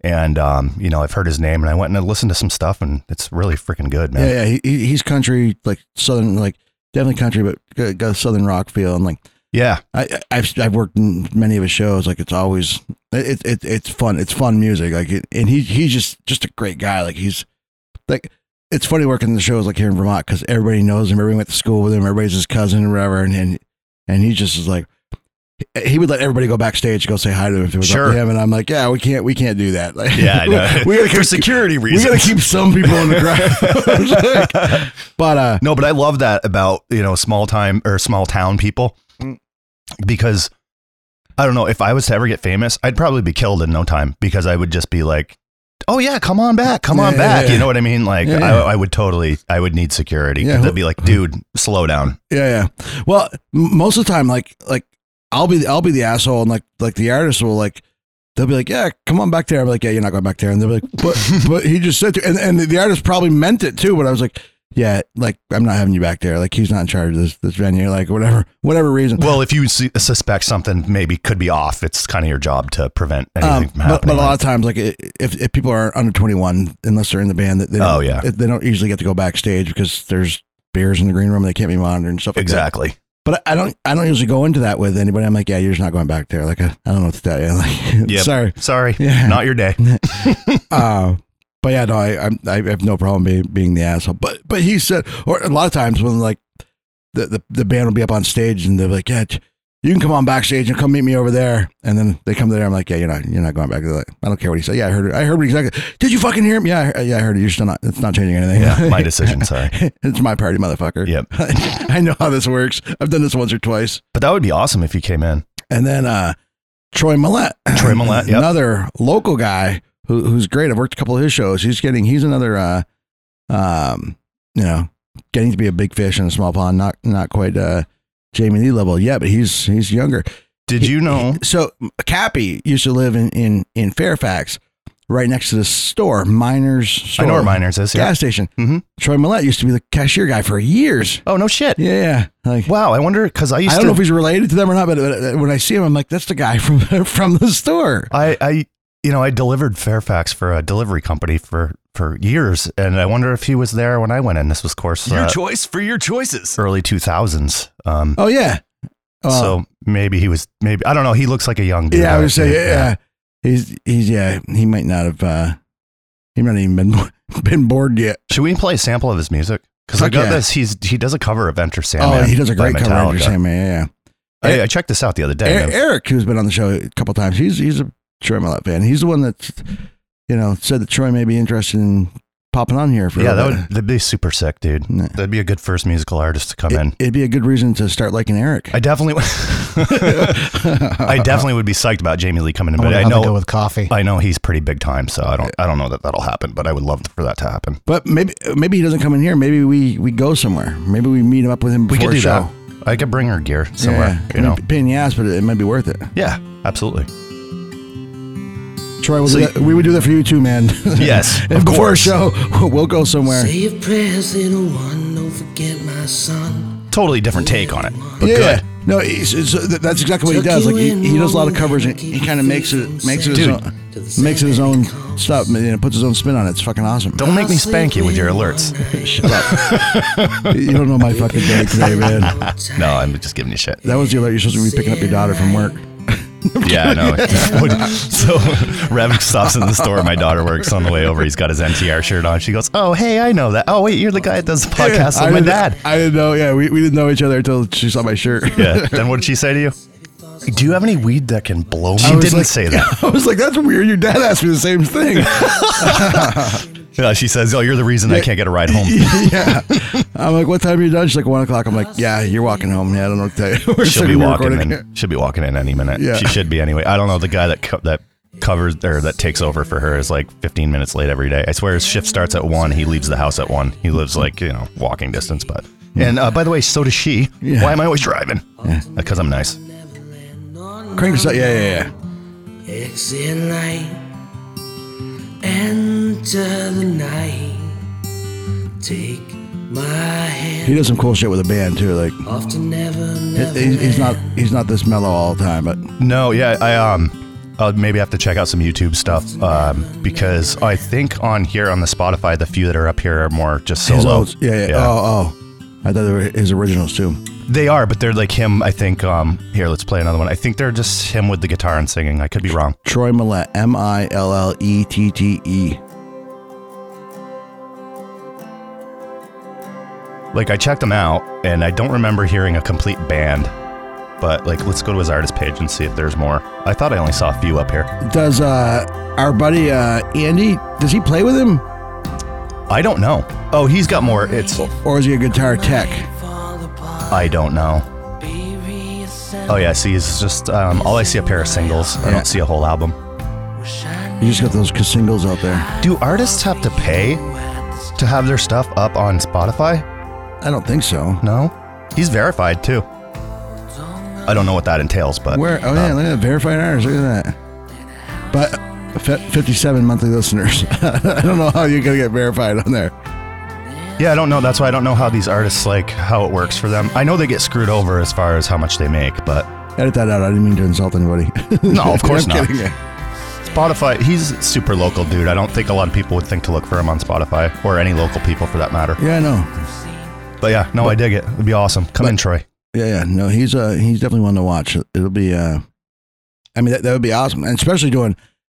[SPEAKER 2] And um, you know, I've heard his name, and I went and I listened to some stuff, and it's really freaking good, man.
[SPEAKER 1] Yeah, yeah. He, he- he's country, like southern, like definitely country, but got, got a southern rock feel. And like
[SPEAKER 2] yeah.
[SPEAKER 1] I, I- I've I've worked in many of his shows. Like it's always it, it it's fun. It's fun music. Like it, and he he's just just a great guy. Like he's like it's funny working the shows like here in Vermont because everybody knows him. Everybody went to school with him. Everybody's his cousin or whatever. And and, and he just is like. He would let everybody go backstage, go say hi to him if it was
[SPEAKER 2] Sure.
[SPEAKER 1] up to him, and I'm like, yeah, we can't, we can't do that. Like,
[SPEAKER 2] Yeah, I know.
[SPEAKER 1] we gotta
[SPEAKER 2] for
[SPEAKER 1] keep,
[SPEAKER 2] security
[SPEAKER 1] we
[SPEAKER 2] reasons.
[SPEAKER 1] gotta keep some people in the crowd. Like, but uh,
[SPEAKER 2] no, but I love that about you know small time or small town people
[SPEAKER 1] Mm.
[SPEAKER 2] because I don't know if I was to ever get famous, I'd probably be killed in no time because I would just be like, oh yeah, come on back, come on
[SPEAKER 1] Yeah, yeah,
[SPEAKER 2] back.
[SPEAKER 1] yeah.
[SPEAKER 2] You know what I mean? Like
[SPEAKER 1] Yeah,
[SPEAKER 2] I,
[SPEAKER 1] yeah.
[SPEAKER 2] I would totally, I would need security.
[SPEAKER 1] Yeah,
[SPEAKER 2] They'd
[SPEAKER 1] who-
[SPEAKER 2] be like, dude, slow down.
[SPEAKER 1] Yeah, yeah. Well, m- most of the time, like like I'll be I'll be the asshole, and like like the artist will like they'll be like, "Yeah, come on back there." I'm like, "Yeah, you're not going back there." And they'll be like, "But, but he just said to," and and the artist probably meant it too. But I was like, "Yeah, like I'm not having you back there. Like he's not in charge of this this venue. Like whatever, whatever reason."
[SPEAKER 2] Well, if you su- suspect something maybe could be off, it's kind of your job to prevent anything
[SPEAKER 1] Um,
[SPEAKER 2] from
[SPEAKER 1] but,
[SPEAKER 2] happening.
[SPEAKER 1] but a lot of times, like i- if, if people are under 21, unless they're in the band, that they don't,
[SPEAKER 2] Oh, yeah.
[SPEAKER 1] they don't usually get to go backstage because there's beers in the green room. They can't be monitored and stuff. Like that.
[SPEAKER 2] exactly.
[SPEAKER 1] But I don't I don't usually go into that with anybody. I'm like, yeah, you're just not going back there. Like I, I don't know what to tell you. Like,
[SPEAKER 2] Yep.
[SPEAKER 1] sorry.
[SPEAKER 2] Sorry,
[SPEAKER 1] Yeah.
[SPEAKER 2] not your day.
[SPEAKER 1] Uh, but yeah, no, I I'm, I have no problem being, being the asshole. But but he said, or a lot of times when like the, the the band will be up on stage and they're like, yeah, you can come on backstage and come meet me over there. And then they come there. I'm like, yeah, you're not you're not going back. They're like, I don't care what he said. Yeah, I heard it. I heard it exactly. Did you fucking hear him? Yeah, I, yeah, I heard it. You're still not. It's not changing anything.
[SPEAKER 2] Yeah, my decision. Sorry.
[SPEAKER 1] it's my party, motherfucker.
[SPEAKER 2] Yep.
[SPEAKER 1] I know how this works. I've done this once or twice.
[SPEAKER 2] But that would be awesome if you came in.
[SPEAKER 1] And then uh, Troy Millette.
[SPEAKER 2] Troy Millette, yep.
[SPEAKER 1] Another local guy who, who's great. I've worked a couple of his shows. He's getting, he's another, uh, um, you know, getting to be a big fish in a small pond. Not, not quite uh, Jamie Lee level yet, but he's, he's younger.
[SPEAKER 2] Did you know?
[SPEAKER 1] So Cappy used to live in, in, in Fairfax, right next to the store, Miners
[SPEAKER 2] I
[SPEAKER 1] Store.
[SPEAKER 2] know where Miners is. Yeah.
[SPEAKER 1] Gas station.
[SPEAKER 2] Mhm.
[SPEAKER 1] Troy Millette used to be the cashier guy for years.
[SPEAKER 2] Oh no shit.
[SPEAKER 1] Yeah, like
[SPEAKER 2] Wow. I wonder because I used
[SPEAKER 1] I don't
[SPEAKER 2] to.
[SPEAKER 1] know if he's related to them or not, but uh, when I see him, I'm like, that's the guy from from the store.
[SPEAKER 2] I, I, you know, I delivered Fairfax for a delivery company for for years, and I wonder if he was there when I went in. This was, of course, uh,
[SPEAKER 8] choice for your choices.
[SPEAKER 2] early two thousands. Um,
[SPEAKER 1] Oh yeah. Uh,
[SPEAKER 2] so maybe he was. Maybe I don't know. He looks like a young dude.
[SPEAKER 1] yeah, I
[SPEAKER 2] would
[SPEAKER 1] would say
[SPEAKER 2] think.
[SPEAKER 1] yeah, yeah. He's he's yeah. He might not have. uh He might not even been been bored yet.
[SPEAKER 2] Should we play a sample of his music? Because I
[SPEAKER 1] Fuck
[SPEAKER 2] got
[SPEAKER 1] yeah.
[SPEAKER 2] this. He's he does a cover of Enter
[SPEAKER 1] oh,
[SPEAKER 2] Sandman.
[SPEAKER 1] he does a
[SPEAKER 2] by
[SPEAKER 1] great cover. of
[SPEAKER 2] Metallica.
[SPEAKER 1] Sandman, Yeah,
[SPEAKER 2] I, I checked this out the other
[SPEAKER 1] yeah.
[SPEAKER 2] day.
[SPEAKER 1] Er-
[SPEAKER 2] man.
[SPEAKER 1] Eric, who's been on the show a couple times, he's he's a Troy Millette fan. He's the one that you know said that Troy may be interested in popping on here for. a
[SPEAKER 2] yeah, that
[SPEAKER 1] bit.
[SPEAKER 2] would that'd be super sick, dude.
[SPEAKER 1] Yeah.
[SPEAKER 2] That'd be a good first musical artist to come in.
[SPEAKER 1] It, it'd be a good reason to start liking Eric.
[SPEAKER 2] I definitely, I definitely would be psyched about Jamie Lee coming in,
[SPEAKER 5] I
[SPEAKER 2] but
[SPEAKER 5] wonder
[SPEAKER 2] I,
[SPEAKER 5] how
[SPEAKER 2] know
[SPEAKER 5] they go with coffee.
[SPEAKER 2] I know he's pretty big time, so I don't I don't know that that'll happen, but I would love for that to happen.
[SPEAKER 1] But maybe maybe he doesn't come in here. Maybe we we go somewhere. Maybe we meet him up with him
[SPEAKER 2] We
[SPEAKER 1] before
[SPEAKER 2] could
[SPEAKER 1] the
[SPEAKER 2] do
[SPEAKER 1] show.
[SPEAKER 2] that. I could bring her gear somewhere,
[SPEAKER 1] yeah.
[SPEAKER 2] you know.
[SPEAKER 1] It'd be a pain in the ass, but it, it might be worth it.
[SPEAKER 2] Yeah, absolutely.
[SPEAKER 1] Troy, we'll
[SPEAKER 2] So
[SPEAKER 1] do
[SPEAKER 2] you-
[SPEAKER 1] that. we would do that for you too, man.
[SPEAKER 2] Yes,
[SPEAKER 1] And
[SPEAKER 2] of
[SPEAKER 1] before a
[SPEAKER 2] course.
[SPEAKER 1] show, we'll go somewhere.
[SPEAKER 11] Say your prayers, little one. Don't forget my son.
[SPEAKER 2] Totally different take on it, but
[SPEAKER 1] yeah,
[SPEAKER 2] good.
[SPEAKER 1] no, he's, it's, uh, th- that's exactly what he does. Like he, he does a lot of covers and he kind of makes it makes it his
[SPEAKER 2] Dude.
[SPEAKER 1] own, makes it his own stuff. You know, puts his own spin on it. It's fucking awesome.
[SPEAKER 2] Don't make me spank you with your alerts.
[SPEAKER 1] Shut up. you don't know my fucking day today, man.
[SPEAKER 2] No, I'm just giving you shit.
[SPEAKER 1] That was the alert you're supposed to be picking up your daughter from work.
[SPEAKER 2] Yeah, I know. so Rev stops in the store. My daughter works on the way over. He's got his NTR shirt on. She goes, "Oh, hey, I know that. Oh, wait, you're the guy that does the podcast
[SPEAKER 1] I
[SPEAKER 2] with my
[SPEAKER 1] didn't-
[SPEAKER 2] dad."
[SPEAKER 1] I didn't know. Yeah, we, we didn't know each other until she saw my shirt.
[SPEAKER 2] Yeah. Then what did she say to you? Do you have any weed that can blow me? She
[SPEAKER 1] was
[SPEAKER 2] didn't
[SPEAKER 1] like-
[SPEAKER 2] say that.
[SPEAKER 1] I was like, that's weird. Your dad asked me the same thing.
[SPEAKER 2] Yeah, she says, "Oh, you're the reason I can't get a ride home."
[SPEAKER 1] yeah. I'm like, what time are you done? She's like, one o'clock. I'm like, yeah, you're walking home. Yeah, I don't know what to tell you. We're
[SPEAKER 2] She'll
[SPEAKER 1] sitting
[SPEAKER 2] be
[SPEAKER 1] here
[SPEAKER 2] walking
[SPEAKER 1] recording.
[SPEAKER 2] in. She'll be walking in any minute.
[SPEAKER 1] Yeah.
[SPEAKER 2] She should be anyway. I don't know. The guy that co- that covers or that takes over for her is like 15 minutes late every day. I swear his shift starts at one. He leaves the house at one. He lives like you know walking distance, but. And uh, by the way, so does she.
[SPEAKER 1] Yeah.
[SPEAKER 2] Why am I always driving? Because I'm nice.
[SPEAKER 1] Crank this up. Yeah, yeah, yeah.
[SPEAKER 11] Exit light. Enter the night. Take my hand.
[SPEAKER 1] He does some cool shit with a band too. Like,
[SPEAKER 12] Oh,
[SPEAKER 11] Off to never, never.
[SPEAKER 1] he- he's not he's not this mellow all the time, but
[SPEAKER 2] No, yeah, I um, I'll maybe have to check out some YouTube stuff um, because I think on here on the Spotify, the few that are up here are more just
[SPEAKER 1] his
[SPEAKER 2] solo.
[SPEAKER 1] old- yeah, yeah, Oh, oh. I thought they were his originals too.
[SPEAKER 2] They are, but they're like him. I think. Um, here, let's play another one. I think they're just him with the guitar and singing. I could be wrong.
[SPEAKER 1] Troy Millette, M I L L E T T E.
[SPEAKER 2] Like I checked him out, and I don't remember hearing a complete band. But like, let's go to his artist page and see if there's more. I thought I only saw a few up here.
[SPEAKER 1] Does uh our buddy uh Andy does he play with him
[SPEAKER 2] I don't know. Oh, he's got more. It's
[SPEAKER 1] or is he a guitar tech?
[SPEAKER 2] I don't know. Oh yeah, see, it's just um, all I see a pair of singles. I
[SPEAKER 1] Yeah.
[SPEAKER 2] don't see a whole album.
[SPEAKER 1] You just got those ca- singles out there.
[SPEAKER 2] Do artists have to pay to have their stuff up on Spotify?
[SPEAKER 1] I don't think so.
[SPEAKER 2] No. He's verified too. I don't know what that entails, but
[SPEAKER 1] Oh,
[SPEAKER 2] um,
[SPEAKER 1] Where? Oh yeah, look at that verified artist. Look at that. But fe- 57 monthly listeners. I don't know how you're going to get verified on there.
[SPEAKER 2] Yeah, I don't know. That's why I don't know how these artists like how it works for them. I know they get screwed over as far as how much they make, but
[SPEAKER 1] edit that out. I didn't mean to insult anybody.
[SPEAKER 2] no, of course
[SPEAKER 1] I'm
[SPEAKER 2] not.
[SPEAKER 1] kidding.
[SPEAKER 2] Spotify, he's super local dude. I don't think a lot of people would think to look for him on Spotify or any local people for that matter.
[SPEAKER 1] Yeah, I know.
[SPEAKER 2] But yeah, no, I dig it. It'd be awesome. Come in, Troy.
[SPEAKER 1] Yeah, yeah. No, he's uh he's definitely one to watch. It'll be uh I mean that, that would be awesome. And especially doing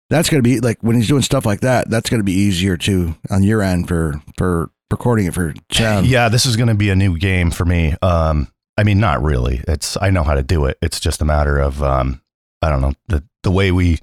[SPEAKER 1] that's gonna be like when he's doing stuff like that, that's gonna be easier too on your end for for recording it for sound.
[SPEAKER 2] Yeah, this is going to be a new game for me. Um, I mean, not really. It's I know how to do it. It's just a matter of um, I don't know the the way we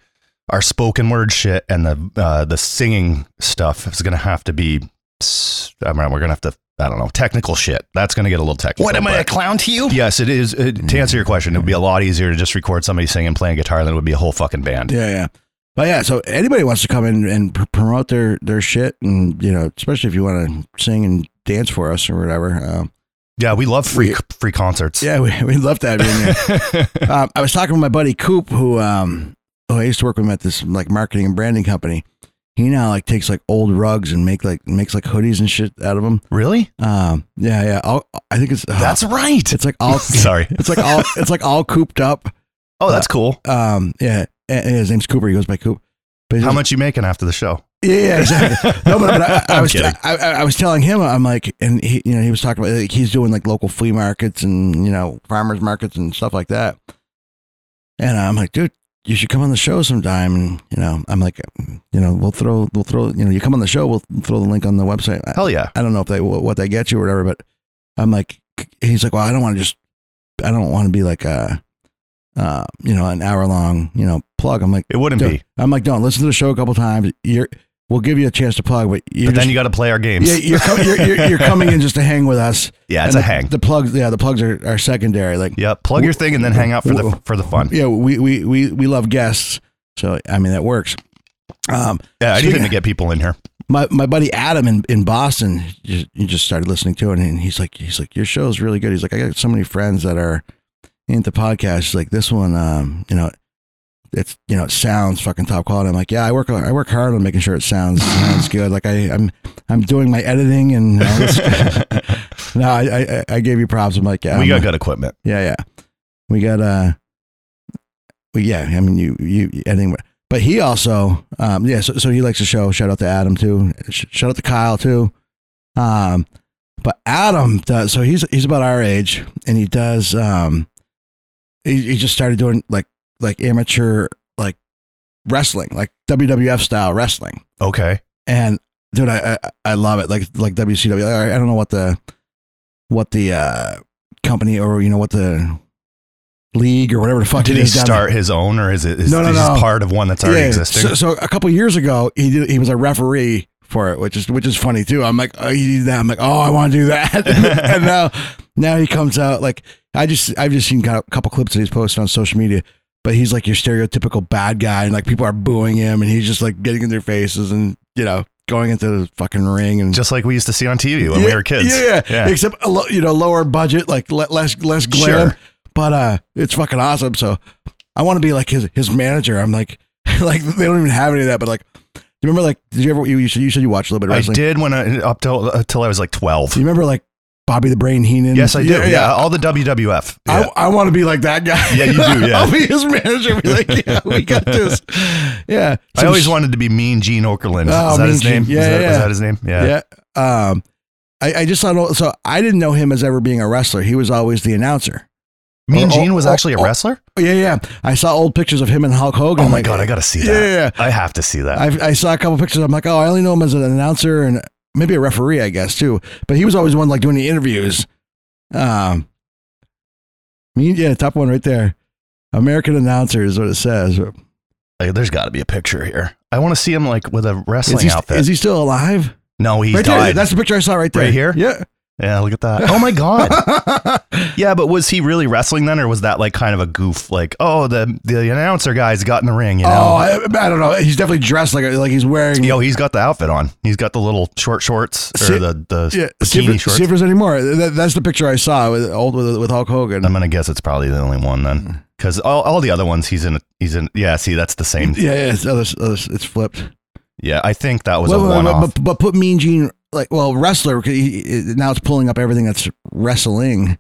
[SPEAKER 2] our spoken word shit and the uh, the singing stuff is going to have to be. s- I mean, we're going to have to. I don't know technical shit. That's going to get a little technical.
[SPEAKER 8] What am I,
[SPEAKER 2] but-
[SPEAKER 8] a clown to you?
[SPEAKER 2] Yes, it is. It, to answer your question, it would be a lot easier to just record somebody singing, playing guitar than it would be a whole fucking band.
[SPEAKER 1] Yeah, yeah. But yeah, so anybody wants to come in and pr- promote their their shit and you know, especially if you want to sing and dance for us or whatever. Um,
[SPEAKER 2] Yeah, we love free free concerts.
[SPEAKER 1] yeah, we we love to have you in here. um, I was talking with my buddy Coop, who um who I used to work with him at this like marketing and branding company. He now like takes like old rugs and make like makes like hoodies and shit out of them.
[SPEAKER 2] Really?
[SPEAKER 1] Um, yeah, yeah. All, I think it's uh,
[SPEAKER 2] That's right.
[SPEAKER 1] It's like all
[SPEAKER 2] Sorry.
[SPEAKER 1] It's like all it's like all cooped up.
[SPEAKER 2] Oh, that's cool.
[SPEAKER 1] Um, yeah. And and his name's Cooper. He goes by Coop. But he's
[SPEAKER 2] How
[SPEAKER 1] like-
[SPEAKER 2] much you making after the show?
[SPEAKER 1] Yeah, yeah, exactly. No, but, but I, I
[SPEAKER 2] I'm
[SPEAKER 1] was
[SPEAKER 2] kidding.
[SPEAKER 1] I, I I was telling him I'm like, and he you know he was talking about like, he's doing like local flea markets and you know farmers markets and stuff like that. And I'm like, dude, you should come on the show sometime. And you know, I'm like, you know, we'll throw we'll throw you know you come on the show, we'll throw the link on the website. I-
[SPEAKER 2] Hell yeah.
[SPEAKER 1] I don't know if they what they get you or whatever, but I'm like, he's like, well, I don't want to just, I don't want to be like a, uh, you know, an hour long, you know, plug. I'm like,
[SPEAKER 2] It wouldn't
[SPEAKER 1] don't-
[SPEAKER 2] be.
[SPEAKER 1] I'm like, don't listen to the show a couple times. You're, we'll give you a chance to plug, but you're
[SPEAKER 2] But then
[SPEAKER 1] just-
[SPEAKER 2] you got to play our games.
[SPEAKER 1] yeah, you're, com- you're, you're, you're coming in just to hang with us.
[SPEAKER 2] Yeah, it's
[SPEAKER 1] And
[SPEAKER 2] a
[SPEAKER 1] the,
[SPEAKER 2] hang.
[SPEAKER 1] The plugs, yeah, the plugs are, are secondary. Like,
[SPEAKER 2] Yeah, plug your thing and then hang out for the for the fun.
[SPEAKER 1] yeah, we, we, we, we love guests. So, I mean, that works. Um,
[SPEAKER 2] Yeah,
[SPEAKER 1] Speaking-
[SPEAKER 2] anything to get people in here.
[SPEAKER 1] my my buddy Adam in, in Boston just, he just started listening to it and he's like he's like your show's really good. He's like I got so many friends that are into podcasts. He's like this one, um, you know, it's you know it sounds fucking top quality. I'm like yeah, I work I work hard on making sure it sounds sounds good. Like I I'm I'm doing my editing and all this. no, I, I I gave you props. I'm like yeah,
[SPEAKER 2] we
[SPEAKER 1] I'm
[SPEAKER 2] got
[SPEAKER 1] like,
[SPEAKER 2] good equipment.
[SPEAKER 1] yeah, yeah. We got uh we yeah, I mean you you anyway. But he also um yeah, so, so he likes the show. Shout out to Adam too. Sh- Shout out to Kyle too. Um but Adam does so he's he's about our age and he does um he, he just started doing like like amateur like wrestling, like WWF style wrestling
[SPEAKER 2] Okay.
[SPEAKER 1] and dude, I, I I love it. Like like WCW. I, I don't know what the what the uh, company or you know what the league or whatever the fuck.
[SPEAKER 2] Did
[SPEAKER 1] it
[SPEAKER 2] he
[SPEAKER 1] is down
[SPEAKER 2] start his own, or is it is,
[SPEAKER 1] No, no,
[SPEAKER 2] is this
[SPEAKER 1] no.
[SPEAKER 2] part of one that's
[SPEAKER 1] there.
[SPEAKER 2] already
[SPEAKER 1] Yeah,
[SPEAKER 2] existing?
[SPEAKER 1] So, so a couple years ago, he did. He was a referee for it, which is which is funny too. I'm like, oh, he did that. I'm like, oh, I want to do that. and now now he comes out like I just I've just seen kind of a couple clips that he's posted on social media. But he's like your stereotypical bad guy, and like people are booing him, and he's just like getting in their faces, and you know, going into the fucking ring, and
[SPEAKER 2] Just like we used to see on TV when we
[SPEAKER 1] Yeah,
[SPEAKER 2] were kids.
[SPEAKER 1] Yeah, yeah. except a lo- you know lower budget, like le- less less glam.
[SPEAKER 2] Sure.
[SPEAKER 1] But uh, it's fucking awesome. So I want to be like his his manager. I'm like like they don't even have any of that. But like, do you remember like did you ever you, you said you said you watched a little bit of
[SPEAKER 2] I
[SPEAKER 1] wrestling?
[SPEAKER 2] did when I up till uh, till I was like twelve.
[SPEAKER 1] Do you remember like Bobby the Brain Heenan?
[SPEAKER 2] Yes, I do. Yeah, all the WWF. Yeah.
[SPEAKER 1] I, I want to be like that guy.
[SPEAKER 2] Yeah, you do, yeah.
[SPEAKER 1] I'll be his manager. Be like, yeah, we got this. Yeah.
[SPEAKER 2] I always
[SPEAKER 1] Some
[SPEAKER 2] wanted to be Mean Gene Okerlund.
[SPEAKER 1] Oh,
[SPEAKER 2] is that
[SPEAKER 1] Mean
[SPEAKER 2] his name?
[SPEAKER 1] Gene.
[SPEAKER 2] is
[SPEAKER 1] Yeah,
[SPEAKER 2] that,
[SPEAKER 1] yeah,
[SPEAKER 2] was
[SPEAKER 1] yeah.
[SPEAKER 2] that his name? Yeah.
[SPEAKER 1] Yeah. Um, I, I just saw. So I didn't know him as ever being a wrestler. He was always the announcer.
[SPEAKER 2] Mean
[SPEAKER 1] Or-
[SPEAKER 2] Gene
[SPEAKER 1] or-
[SPEAKER 2] was
[SPEAKER 1] or-
[SPEAKER 2] actually a
[SPEAKER 1] or-
[SPEAKER 2] wrestler.
[SPEAKER 1] Oh, Yeah, yeah. I saw old pictures of him and Hulk Hogan.
[SPEAKER 2] Oh my
[SPEAKER 1] Like,
[SPEAKER 2] god, I gotta see that.
[SPEAKER 1] Yeah, yeah.
[SPEAKER 2] I have to see that.
[SPEAKER 1] I, I saw a couple pictures. I'm like, oh, I only know him as an announcer and maybe a referee, I guess too. But he was always the one like doing the interviews. Um, mean, yeah, top one right there. American announcer is what it says.
[SPEAKER 2] Like, there's got to be a picture here. I want to see him like with a
[SPEAKER 1] Is
[SPEAKER 2] wrestling
[SPEAKER 1] he,
[SPEAKER 2] outfit.
[SPEAKER 1] is he still alive?
[SPEAKER 2] no, he's
[SPEAKER 1] right there.
[SPEAKER 2] died.
[SPEAKER 1] That's the picture I saw right there.
[SPEAKER 2] Right here?
[SPEAKER 1] Yeah.
[SPEAKER 2] Yeah, look at that. Oh my god. yeah, but was he really wrestling then, or was that like kind of a goof? Like, oh, the the announcer guy's got in the ring. You know?
[SPEAKER 1] Oh, I, I don't know. He's definitely dressed like a, like he's wearing.
[SPEAKER 2] Yo, he's got the outfit on. He's got the little short shorts or
[SPEAKER 1] See-
[SPEAKER 2] the the
[SPEAKER 1] yeah, see if,
[SPEAKER 2] bikini
[SPEAKER 1] there-
[SPEAKER 2] shorts.
[SPEAKER 1] see if there's any more. That, that's the picture I saw with old with, with Hulk Hogan.
[SPEAKER 2] I'm gonna guess it's probably the only one
[SPEAKER 1] Hmm.
[SPEAKER 2] then, because all, all the other ones he's in. He's in. Yeah, see, that's the same.
[SPEAKER 1] yeah, yeah, it's, other, other, it's flipped.
[SPEAKER 2] Yeah, I think that was
[SPEAKER 1] Well,
[SPEAKER 2] a
[SPEAKER 1] well,
[SPEAKER 2] one
[SPEAKER 1] well,
[SPEAKER 2] off.
[SPEAKER 1] But, but put Mean Gene like well wrestler 'cause he, he- now it's pulling up everything that's wrestling.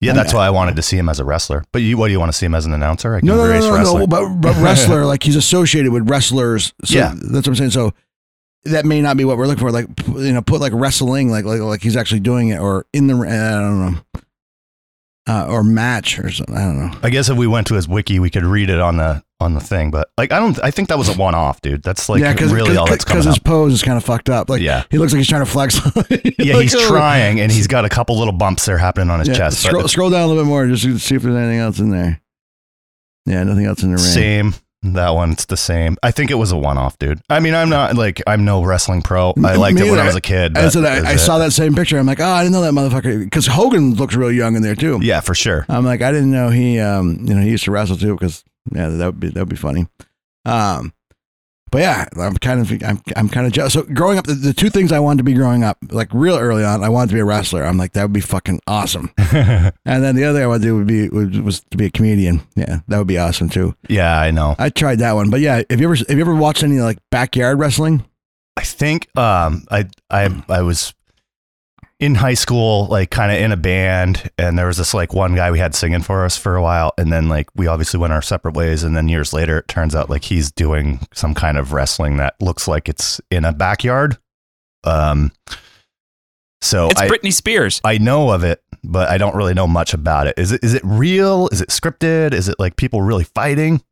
[SPEAKER 2] Yeah, that's why I wanted to see him as a wrestler. But you, what do you want to see him as an announcer? I can
[SPEAKER 1] No, no, no,
[SPEAKER 2] erase
[SPEAKER 1] no,
[SPEAKER 2] wrestler.
[SPEAKER 1] no. But, but wrestler like he's associated with wrestlers. So
[SPEAKER 2] Yeah.
[SPEAKER 1] that's what I'm saying. So that may not be what we're looking for. Like p- you know, put like wrestling like like like he's actually doing it or in the I don't know. Uh, or match or something. I don't know.
[SPEAKER 2] I guess if we went to his wiki, we could read it on the on the thing. But like, I don't. I think that was a one off, dude. That's like really all that's coming
[SPEAKER 1] his
[SPEAKER 2] up.
[SPEAKER 1] pose is kind of fucked up. Like
[SPEAKER 2] Yeah.
[SPEAKER 1] he looks like he's trying to flex.
[SPEAKER 2] Yeah,
[SPEAKER 1] Like,
[SPEAKER 2] he's
[SPEAKER 1] oh.
[SPEAKER 2] trying, and he's got a couple little bumps there happening on his
[SPEAKER 1] Yeah,
[SPEAKER 2] chest. but
[SPEAKER 1] Scroll,
[SPEAKER 2] it's
[SPEAKER 1] scroll down a little bit more just to see if there's anything else in there. Yeah, nothing else in the ring.
[SPEAKER 2] same. That one's the same. I think it was a one off, dude. I mean, I'm not like I'm no wrestling pro. I
[SPEAKER 1] Me
[SPEAKER 2] liked it when I
[SPEAKER 1] either.
[SPEAKER 2] was a kid.
[SPEAKER 1] I,
[SPEAKER 2] but
[SPEAKER 1] said,
[SPEAKER 2] that's
[SPEAKER 1] I, I
[SPEAKER 2] it.
[SPEAKER 1] saw that same picture. I'm like, oh, I didn't know that motherfucker. Because Hogan looked real young in there too.
[SPEAKER 2] Yeah, for sure.
[SPEAKER 1] I'm like, I didn't know he, um, you know, he used to wrestle too. Because yeah, that would be that would be funny. Um, but yeah, I'm kind of I'm I'm kind of jealous. So growing up, the, the two things I wanted to be growing up, like real early on, I wanted to be a wrestler. I'm like, that would be fucking awesome. and then the other thing I wanted to do would be would, was to be a comedian. Yeah, that would be awesome too.
[SPEAKER 2] Yeah, I know.
[SPEAKER 1] I tried that one, but yeah, have you ever have you ever watched any like backyard wrestling?
[SPEAKER 2] I think um I I I was in high school, like kind of in a band, and there was this like one guy we had singing for us for a while, and then like we obviously went our separate ways, and then years later it turns out like he's doing some kind of wrestling that looks like it's in a backyard. Um, so
[SPEAKER 9] It's
[SPEAKER 2] I
[SPEAKER 9] Britney Spears.
[SPEAKER 2] I know of it, but I don't really know much about it. Is it is it real? Is it scripted? Is it like people really fighting?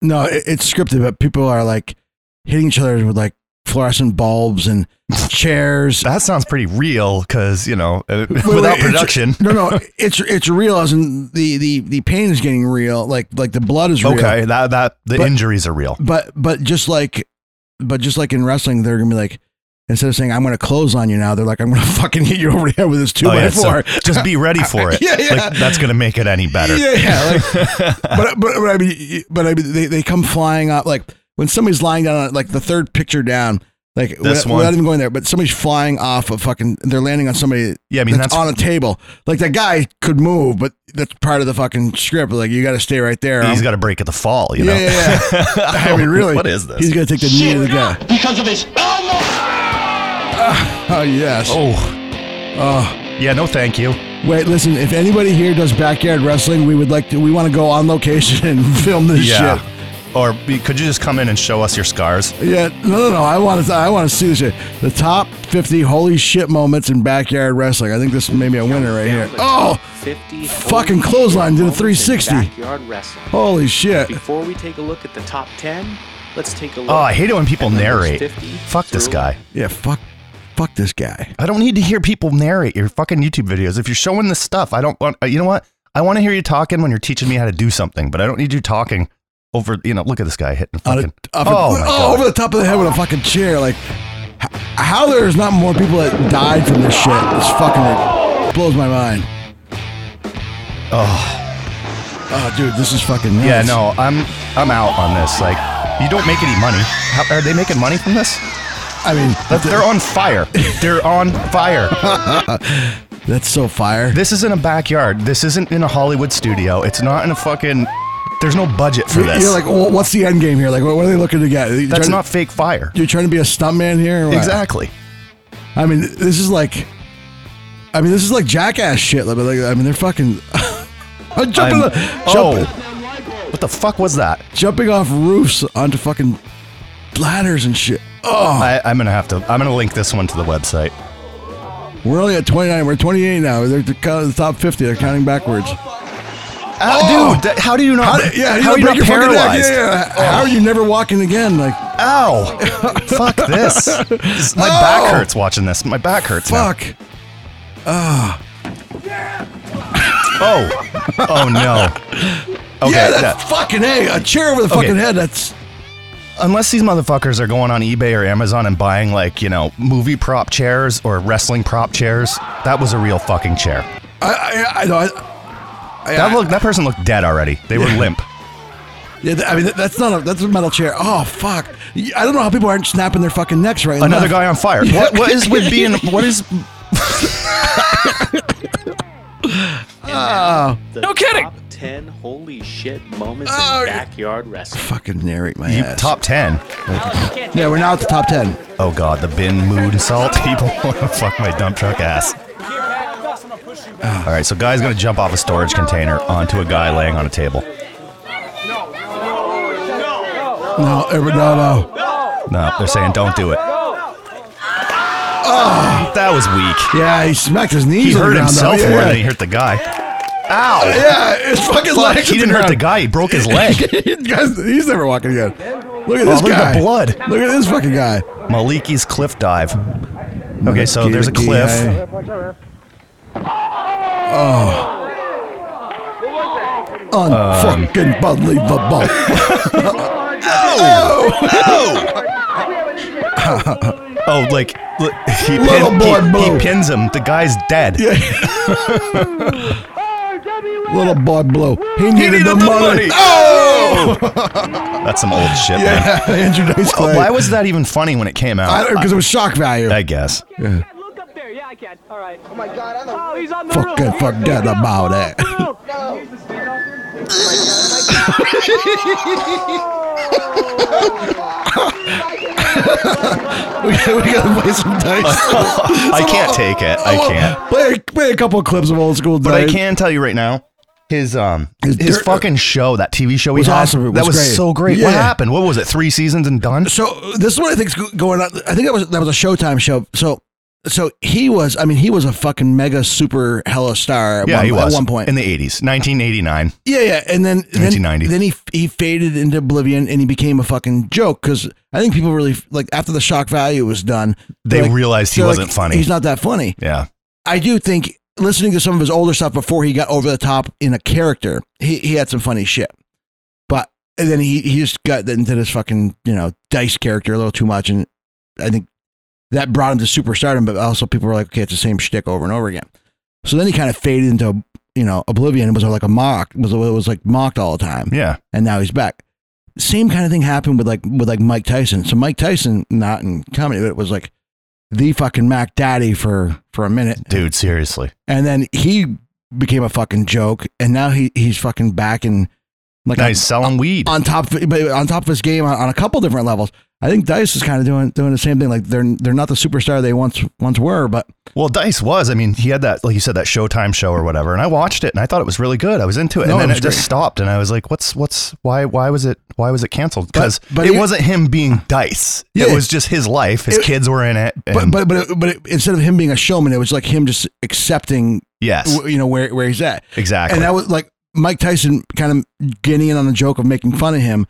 [SPEAKER 1] No, it, it's scripted, but people are like hitting each other with like fluorescent bulbs and chairs.
[SPEAKER 2] That sounds pretty real because you know uh, without
[SPEAKER 1] it's-
[SPEAKER 2] production.
[SPEAKER 1] No, no, it's it's real as in the the the pain is getting real, like like the blood is real.
[SPEAKER 2] Okay, that that the
[SPEAKER 1] But-
[SPEAKER 2] injuries are real.
[SPEAKER 1] But but just like but just like in wrestling, they're gonna be like instead of saying I'm gonna close on you now, they're like I'm gonna fucking hit you over the head with this two
[SPEAKER 2] Oh,
[SPEAKER 1] by
[SPEAKER 2] yeah, so
[SPEAKER 1] four.
[SPEAKER 2] just be ready for it.
[SPEAKER 1] Yeah, yeah.
[SPEAKER 2] Like, that's gonna make it any better.
[SPEAKER 1] Yeah, yeah. Like, but, but but I mean, but I mean, they, they come flying up like when somebody's lying down, on, like the third picture down, like
[SPEAKER 2] This
[SPEAKER 1] without,
[SPEAKER 2] one.
[SPEAKER 1] without even going there, but somebody's flying off a fucking, they're landing on somebody.
[SPEAKER 2] Yeah, I mean,
[SPEAKER 1] that's,
[SPEAKER 2] that's-
[SPEAKER 1] on a table. Like that guy could move, but that's part of the fucking script. Like you got to stay right there.
[SPEAKER 2] He's
[SPEAKER 1] Um,
[SPEAKER 2] got to break at the fall. You know.
[SPEAKER 1] yeah, yeah, yeah. I mean, really,
[SPEAKER 2] What is this?
[SPEAKER 1] He's gonna take the knee of the guy.
[SPEAKER 11] Because of his
[SPEAKER 1] Oh yes.
[SPEAKER 2] oh.
[SPEAKER 1] Oh.
[SPEAKER 2] Yeah. No, thank you.
[SPEAKER 1] Wait, listen. If anybody here does backyard wrestling, we would like to. We want to go on location and film this
[SPEAKER 2] Yeah.
[SPEAKER 1] shit.
[SPEAKER 2] Or be- could you just come in and show us your scars?
[SPEAKER 1] Yeah, no, no, no. I want to. I want to see this shit. The top fifty holy shit moments in backyard wrestling. I think this may be a winner right here. Oh, fucking clothesline did a 360.
[SPEAKER 13] Backyard wrestling.
[SPEAKER 1] Holy shit!
[SPEAKER 13] Before we take a look at the top 10, let's take a look.
[SPEAKER 2] Oh, I hate it when people
[SPEAKER 13] at numbers
[SPEAKER 2] narrate.
[SPEAKER 13] 50
[SPEAKER 2] Fuck this
[SPEAKER 13] through-
[SPEAKER 2] guy.
[SPEAKER 1] Yeah, fuck, fuck this guy.
[SPEAKER 2] I don't need to hear people narrate your fucking YouTube videos. If you're showing this stuff, I don't want. uh, You know what? I want to hear you talking when you're teaching me how to do something, but I don't need you talking over. You know, look at this guy hitting
[SPEAKER 1] On a-
[SPEAKER 2] fucking.
[SPEAKER 1] off a-
[SPEAKER 2] oh, my
[SPEAKER 1] oh,
[SPEAKER 2] God.
[SPEAKER 1] over the top of the head with a fucking chair. Like, h- how there's not more people that died from this shit? It's fucking it blows my mind.
[SPEAKER 2] Oh.
[SPEAKER 1] Oh, dude, this is fucking. Nuts.
[SPEAKER 2] Yeah, no, I'm I'm out on this. Like, you don't make any money. How, are they making money from this?
[SPEAKER 1] I mean,
[SPEAKER 2] That- They're on fire. They're on fire.
[SPEAKER 1] that's so fire.
[SPEAKER 2] This is in a backyard. This isn't in a Hollywood studio. It's not in a fucking. There's no budget for
[SPEAKER 1] You're
[SPEAKER 2] this.
[SPEAKER 1] you're like, well, what's the end game here? Like, what what are they looking to get? You're
[SPEAKER 2] That's
[SPEAKER 1] trying-
[SPEAKER 2] not fake fire.
[SPEAKER 1] You're trying to be a stuntman here. or what?
[SPEAKER 2] Exactly.
[SPEAKER 1] I mean, this is like, I mean, this is like jackass shit. Like, like, I mean, they're fucking I'm jumping,
[SPEAKER 2] I'm-
[SPEAKER 1] jump-
[SPEAKER 2] oh, what the fuck was that?
[SPEAKER 1] jumping off roofs onto fucking ladders and shit. Oh,
[SPEAKER 2] I, I'm gonna have to. I'm gonna link this one to the website.
[SPEAKER 1] we're only at 29. We're 28 now. They're the co- the top 50. They're counting backwards.
[SPEAKER 2] Ah,
[SPEAKER 1] Oh!
[SPEAKER 2] dude, that- how do you not?
[SPEAKER 1] How do- yeah,
[SPEAKER 2] how are you
[SPEAKER 1] break
[SPEAKER 2] not
[SPEAKER 1] your fucking neck?
[SPEAKER 2] paralyzed?
[SPEAKER 1] Yeah, yeah, yeah. How are you never walking again? Like,
[SPEAKER 2] Ow! fuck this. This- My back
[SPEAKER 1] Oh!
[SPEAKER 2] hurts watching this. My back hurts. now.
[SPEAKER 1] fuck.
[SPEAKER 2] Oh, oh no. Okay,
[SPEAKER 1] yeah, that's
[SPEAKER 2] that-
[SPEAKER 1] fucking a a chair over the
[SPEAKER 2] Okay.
[SPEAKER 1] fucking head. That's
[SPEAKER 2] unless these motherfuckers are going on eBay or Amazon and buying like you know movie prop chairs or wrestling prop chairs, that was a real fucking chair.
[SPEAKER 1] I, I, I, know, I, I-
[SPEAKER 2] that look, that person looked dead already. They were limp.
[SPEAKER 1] Yeah, th- I mean, th- that's not a that's a metal chair. Oh fuck! Y- I don't know how people aren't snapping their fucking necks right. and
[SPEAKER 2] Another
[SPEAKER 1] left.
[SPEAKER 2] guy on fire. What? What is with being? What is?
[SPEAKER 1] Oh,
[SPEAKER 13] no kidding. Top ten holy shit moments in backyard wrestling.
[SPEAKER 1] fucking narrate my
[SPEAKER 2] You,
[SPEAKER 1] ass.
[SPEAKER 2] top ten.
[SPEAKER 1] yeah, we're now at the top ten.
[SPEAKER 2] Oh god, the bin moon salt people want to fuck my dump truck ass. All right, so guy's gonna jump off a storage container onto a guy laying on a table.
[SPEAKER 1] No, every- no, no.
[SPEAKER 2] No, they're saying don't do it. Oh, that was weak.
[SPEAKER 1] Yeah, he smacked his knees. on the
[SPEAKER 2] He hurt
[SPEAKER 1] ground, though.
[SPEAKER 2] himself
[SPEAKER 1] yeah,
[SPEAKER 2] more
[SPEAKER 1] yeah.
[SPEAKER 2] than he hurt the guy. Ow!
[SPEAKER 1] Yeah, his fucking
[SPEAKER 2] Fuck,
[SPEAKER 1] legs.
[SPEAKER 2] he
[SPEAKER 1] hit
[SPEAKER 2] didn't hurt the
[SPEAKER 1] ground.
[SPEAKER 2] guy. He broke his leg.
[SPEAKER 1] Guys, he's never walking again. Look at
[SPEAKER 2] Oh,
[SPEAKER 1] this
[SPEAKER 2] look
[SPEAKER 1] guy.
[SPEAKER 2] at the blood.
[SPEAKER 1] Look at this fucking guy.
[SPEAKER 2] Maliki's cliff dive. Okay, so
[SPEAKER 1] Maliki,
[SPEAKER 2] there's a
[SPEAKER 1] the
[SPEAKER 2] cliff.
[SPEAKER 1] Oh. Unfucking believable.
[SPEAKER 2] Oh, like look, he,
[SPEAKER 1] Little
[SPEAKER 2] pin,
[SPEAKER 1] boy
[SPEAKER 2] he, he
[SPEAKER 1] blue.
[SPEAKER 2] pins him. The guy's dead.
[SPEAKER 1] Little boy blue. He needed,
[SPEAKER 2] needed
[SPEAKER 1] the,
[SPEAKER 2] the money.
[SPEAKER 1] money. Oh!
[SPEAKER 2] That's some old shit, man.
[SPEAKER 1] Yeah, Andrew Dice Clay.
[SPEAKER 2] Why was that even funny when it came out?
[SPEAKER 1] Because it was shock value.
[SPEAKER 2] I guess.
[SPEAKER 1] Yeah.
[SPEAKER 14] Look up there. Yeah, I can. All right. Oh my God. I don't. Oh, he's on the
[SPEAKER 1] Fucking
[SPEAKER 14] roof.
[SPEAKER 1] forget about that. we, gotta, we gotta play some dice.
[SPEAKER 2] I can't take it. I can't.
[SPEAKER 1] Play, play a couple clips of old school
[SPEAKER 2] But
[SPEAKER 1] dice.
[SPEAKER 2] I can tell you right now, his um
[SPEAKER 1] His
[SPEAKER 2] his,
[SPEAKER 1] dirt- uh,
[SPEAKER 2] fucking show, that TV show he
[SPEAKER 1] Was
[SPEAKER 2] had,
[SPEAKER 1] awesome. It
[SPEAKER 2] that
[SPEAKER 1] was
[SPEAKER 2] was
[SPEAKER 1] great.
[SPEAKER 2] so great.
[SPEAKER 1] Yeah.
[SPEAKER 2] What happened? What was it? Three seasons and done?
[SPEAKER 1] So this is what I think's go- going on. I think that was that was a Showtime show. So so he was. I mean, he was a fucking mega super hella star. At
[SPEAKER 2] yeah,
[SPEAKER 1] one,
[SPEAKER 2] he was
[SPEAKER 1] at one point.
[SPEAKER 2] in the eighties, nineteen eighty nine.
[SPEAKER 1] yeah, yeah, and then then,
[SPEAKER 2] 1990.
[SPEAKER 1] then he he faded into oblivion and he became a fucking joke because I think people really like after the shock value was done,
[SPEAKER 2] They
[SPEAKER 1] like,
[SPEAKER 2] realized he
[SPEAKER 1] they're like,
[SPEAKER 2] wasn't funny.
[SPEAKER 1] He's not that funny.
[SPEAKER 2] yeah,
[SPEAKER 1] I do think listening to some of his older stuff before he got over the top in a character, he, he had some funny shit. But and then he, he just got into this fucking, you know, dice character a little too much. And I think that brought him to superstardom, but also people were like, okay, it's the same shtick over and over again. So then he kind of faded into, you know, oblivion and was like a mock, was, was like mocked all the time
[SPEAKER 2] yeah.
[SPEAKER 1] and now he's back. Same kind of thing happened with like with like Mike Tyson. So Mike Tyson, not in comedy, but it was like the fucking Mac Daddy for for a minute,
[SPEAKER 2] Dude, seriously.
[SPEAKER 1] and then he became a fucking joke, and now he he's fucking back and like
[SPEAKER 2] Now
[SPEAKER 1] on,
[SPEAKER 2] he's selling weed.
[SPEAKER 1] on top of, but on top of his game on, on a couple different levels. I think Dice is kind of doing doing the same thing. Like they're they're not the superstar they once once were, but
[SPEAKER 2] Well, Dice was. I mean, he had that, like you said, that Showtime show or whatever, and I watched it and I thought it was really good. I was into it,
[SPEAKER 1] No,
[SPEAKER 2] and then
[SPEAKER 1] it
[SPEAKER 2] it,
[SPEAKER 1] was
[SPEAKER 2] just
[SPEAKER 1] great.
[SPEAKER 2] stopped, and I was like, "What's what's why why was it why was it canceled?" Because
[SPEAKER 1] but
[SPEAKER 2] it
[SPEAKER 1] it-
[SPEAKER 2] wasn't him being Dice.
[SPEAKER 1] Yeah.
[SPEAKER 2] it was just his life. His
[SPEAKER 1] It-
[SPEAKER 2] kids were in it.
[SPEAKER 1] but
[SPEAKER 2] and-
[SPEAKER 1] but but but it, instead of him being a showman, it was like him just accepting
[SPEAKER 2] yes,
[SPEAKER 1] w- you know where where he's at.
[SPEAKER 2] exactly.
[SPEAKER 1] And that was like Mike Tyson kind of getting in on the joke of making fun of him,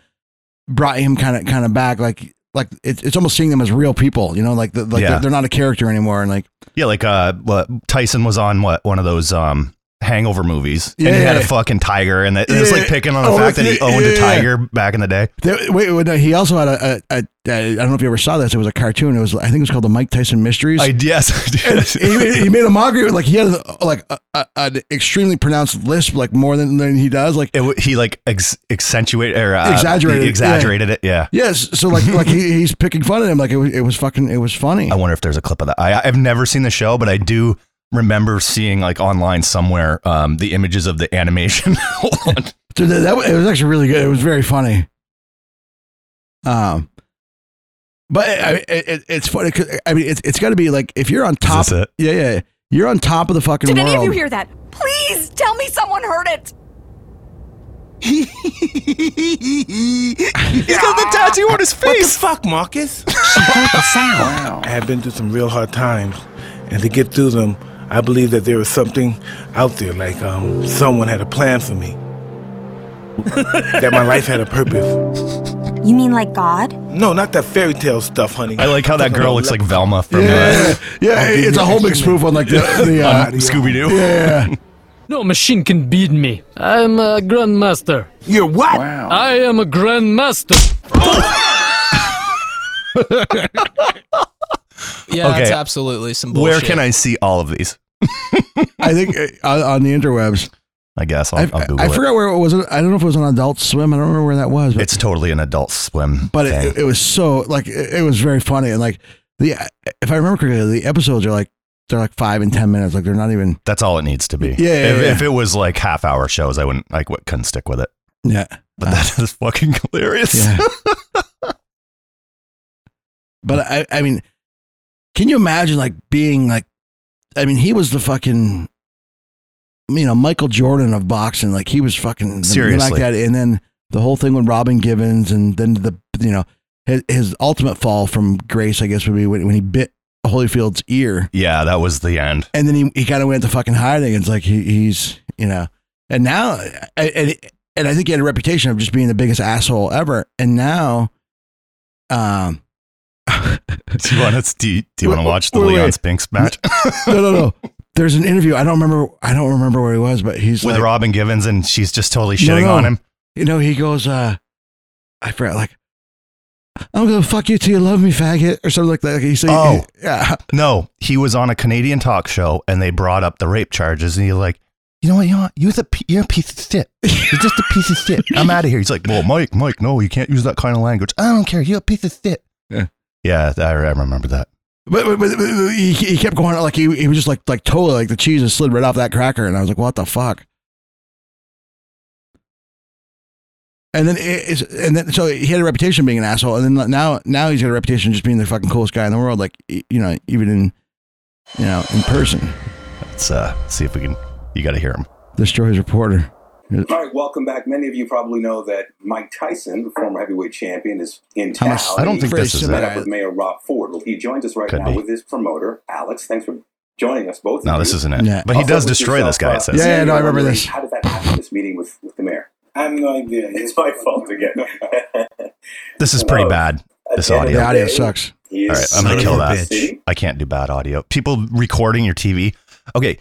[SPEAKER 1] brought him kind of kind of back. Like like it's it's almost seeing them as real people, you know, like the, like
[SPEAKER 2] Yeah.
[SPEAKER 1] they're, they're not a character anymore. And like
[SPEAKER 2] Yeah, like uh, what Tyson was on what one of those um hangover movies, and he
[SPEAKER 1] Yeah.
[SPEAKER 2] had a fucking tiger, and it was
[SPEAKER 1] Yeah.
[SPEAKER 2] like picking on the
[SPEAKER 1] Oh,
[SPEAKER 2] fact that
[SPEAKER 1] like,
[SPEAKER 2] he owned
[SPEAKER 1] yeah.
[SPEAKER 2] a tiger back in the day.
[SPEAKER 1] they, wait, wait, no, he also had a, a, a, a I don't know if you ever saw this. It was a cartoon. It was I think it was called the Mike Tyson Mysteries.
[SPEAKER 2] I yes, I
[SPEAKER 1] he,
[SPEAKER 2] did.
[SPEAKER 1] made- he made a mockery of, like he had like a, a, an extremely pronounced lisp, like more than, than he does. Like
[SPEAKER 2] It, wa- he like ex- accentuated or uh,
[SPEAKER 1] Exaggerated,
[SPEAKER 2] he
[SPEAKER 1] yeah.
[SPEAKER 2] exaggerated it. Yeah,
[SPEAKER 1] yes, so like like he, he's picking fun at him. Like it was it was fucking it was funny.
[SPEAKER 2] I wonder if there's a clip of that. I I've never seen the show, but I do remember seeing like online somewhere um the images of the animation. Hold on.
[SPEAKER 1] Dude, that, that wa- it was actually really good. It was very funny. Um, but it, I- it, it, it's funny 'cause, I mean it's it's got to be like if you're on top,
[SPEAKER 2] this it?
[SPEAKER 1] yeah, yeah, you're on top of the fucking
[SPEAKER 15] Did
[SPEAKER 1] world.
[SPEAKER 15] any of you hear that? Please tell me someone heard it.
[SPEAKER 2] He's got the tattoo on his
[SPEAKER 16] What the
[SPEAKER 2] face.
[SPEAKER 16] fuck, Marcus? she heard the sound. I have been through some real hard times, and to get through them, I believe that there was something out there, like um, someone had a plan for me, that my life had a purpose.
[SPEAKER 15] You mean like God?
[SPEAKER 16] No, not that fairy tale stuff, honey.
[SPEAKER 2] I like how that
[SPEAKER 16] Talking
[SPEAKER 2] girl
[SPEAKER 16] about
[SPEAKER 2] looks
[SPEAKER 16] le-
[SPEAKER 2] like Velma from
[SPEAKER 1] yeah, yeah,
[SPEAKER 16] I'll give
[SPEAKER 1] it's
[SPEAKER 16] you
[SPEAKER 1] a whole
[SPEAKER 16] a
[SPEAKER 1] big spoof on like the, the
[SPEAKER 2] uh,
[SPEAKER 1] uh,
[SPEAKER 2] Scooby Doo.
[SPEAKER 1] yeah.
[SPEAKER 17] No machine can beat me. I'm a grandmaster.
[SPEAKER 16] You're what?
[SPEAKER 17] I am a grandmaster.
[SPEAKER 4] Yeah, that's absolutely some bullshit.
[SPEAKER 2] Where can I see all of these?
[SPEAKER 1] I think uh, on, on the interwebs.
[SPEAKER 2] I guess I'll,
[SPEAKER 1] I,
[SPEAKER 2] will Google
[SPEAKER 1] I
[SPEAKER 2] it.
[SPEAKER 1] forgot where it was. I don't know if it was on Adult Swim. I don't remember where that was. But
[SPEAKER 2] It's totally an adult swim.
[SPEAKER 1] but
[SPEAKER 2] thing.
[SPEAKER 1] it, it was so like it, it was very funny and like the if I remember correctly, the episodes are like they're like five and ten minutes. Like they're not even.
[SPEAKER 2] That's all it needs to be.
[SPEAKER 1] Yeah, yeah,
[SPEAKER 2] if,
[SPEAKER 1] yeah.
[SPEAKER 2] if it was like half hour shows, I wouldn't like what couldn't stick with it.
[SPEAKER 1] Yeah.
[SPEAKER 2] But that is fucking hilarious.
[SPEAKER 1] Ah. Yeah. But I, I mean, can you imagine like being like, I mean, he was the fucking, you know, Michael Jordan of boxing. Like he was fucking
[SPEAKER 2] Seriously.
[SPEAKER 1] like that. And then the whole thing with Robin Givens, and then the you know his, his ultimate fall from grace, I guess, would be when, when he bit Holyfield's ear,
[SPEAKER 2] Yeah, that was the end.
[SPEAKER 1] and then he, he kind of went to fucking hiding. It's like he, he's you know, and now and- and and I think he had a reputation of just being the biggest asshole ever, and now, um.
[SPEAKER 2] Do you want to do you, do you want to
[SPEAKER 1] Wait,
[SPEAKER 2] watch the
[SPEAKER 1] wait,
[SPEAKER 2] Leon
[SPEAKER 1] wait.
[SPEAKER 2] Spinks match
[SPEAKER 1] no, no, no. There's an interview. I don't remember. I don't remember where he was, but he's
[SPEAKER 2] with
[SPEAKER 1] like,
[SPEAKER 2] Robin Givens and she's just totally
[SPEAKER 1] No,
[SPEAKER 2] shitting
[SPEAKER 1] no.
[SPEAKER 2] on him?
[SPEAKER 1] You know, he goes. uh I forgot. Like, I'm gonna fuck you till you love me, faggot, or something like that. Like, he said,
[SPEAKER 2] Oh.
[SPEAKER 1] yeah.
[SPEAKER 2] No, he was on a Canadian talk show and they brought up the rape charges and he's like, you know what, you're, you're, the, p- you're a piece of shit. You're just a piece of shit. I'm out of here. He's like, well, Mike, Mike, no, you can't use that kind of language. I don't care. You're a piece of shit.
[SPEAKER 1] Yeah.
[SPEAKER 2] Yeah, I, I remember that.
[SPEAKER 1] But, but, but, but he, he kept going like he, he was just like like totally like the cheese has slid right off that cracker, and I was like, what the fuck? And then it, it's, and then so he had a reputation being an asshole, and then now now he's got a reputation just being the fucking coolest guy in the world, like you know even in you know in person.
[SPEAKER 2] Let's uh, see if we can. You got to hear him.
[SPEAKER 1] Destroys reporter.
[SPEAKER 12] All right, welcome back. Many of you probably know that Mike Tyson, the former heavyweight champion, is
[SPEAKER 2] How
[SPEAKER 12] in town.
[SPEAKER 2] much- I don't
[SPEAKER 12] He
[SPEAKER 2] think this is
[SPEAKER 12] met
[SPEAKER 2] it.
[SPEAKER 12] up with Mayor Rob Ford. Well, he joins us right
[SPEAKER 2] Could
[SPEAKER 12] now
[SPEAKER 2] be.
[SPEAKER 12] with his promoter, Alex. Thanks for joining us both.
[SPEAKER 2] No,
[SPEAKER 12] of
[SPEAKER 2] this
[SPEAKER 12] you.
[SPEAKER 2] isn't it. Yeah. But he does
[SPEAKER 12] with
[SPEAKER 2] destroy
[SPEAKER 12] yourself,
[SPEAKER 2] this guy, it
[SPEAKER 12] uh,
[SPEAKER 2] says.
[SPEAKER 1] Yeah, yeah, no, I remember
[SPEAKER 12] Montgomery,
[SPEAKER 1] this.
[SPEAKER 12] How did that happen? This meeting with, with the mayor. I have no idea. It's my fault again.
[SPEAKER 2] This is pretty bad. This audio.
[SPEAKER 1] The audio sucks.
[SPEAKER 2] All right, I'm
[SPEAKER 1] Son
[SPEAKER 2] gonna
[SPEAKER 1] of
[SPEAKER 2] kill
[SPEAKER 1] a
[SPEAKER 2] that.
[SPEAKER 1] bitch.
[SPEAKER 2] I can't do bad audio. People recording your TV. Okay,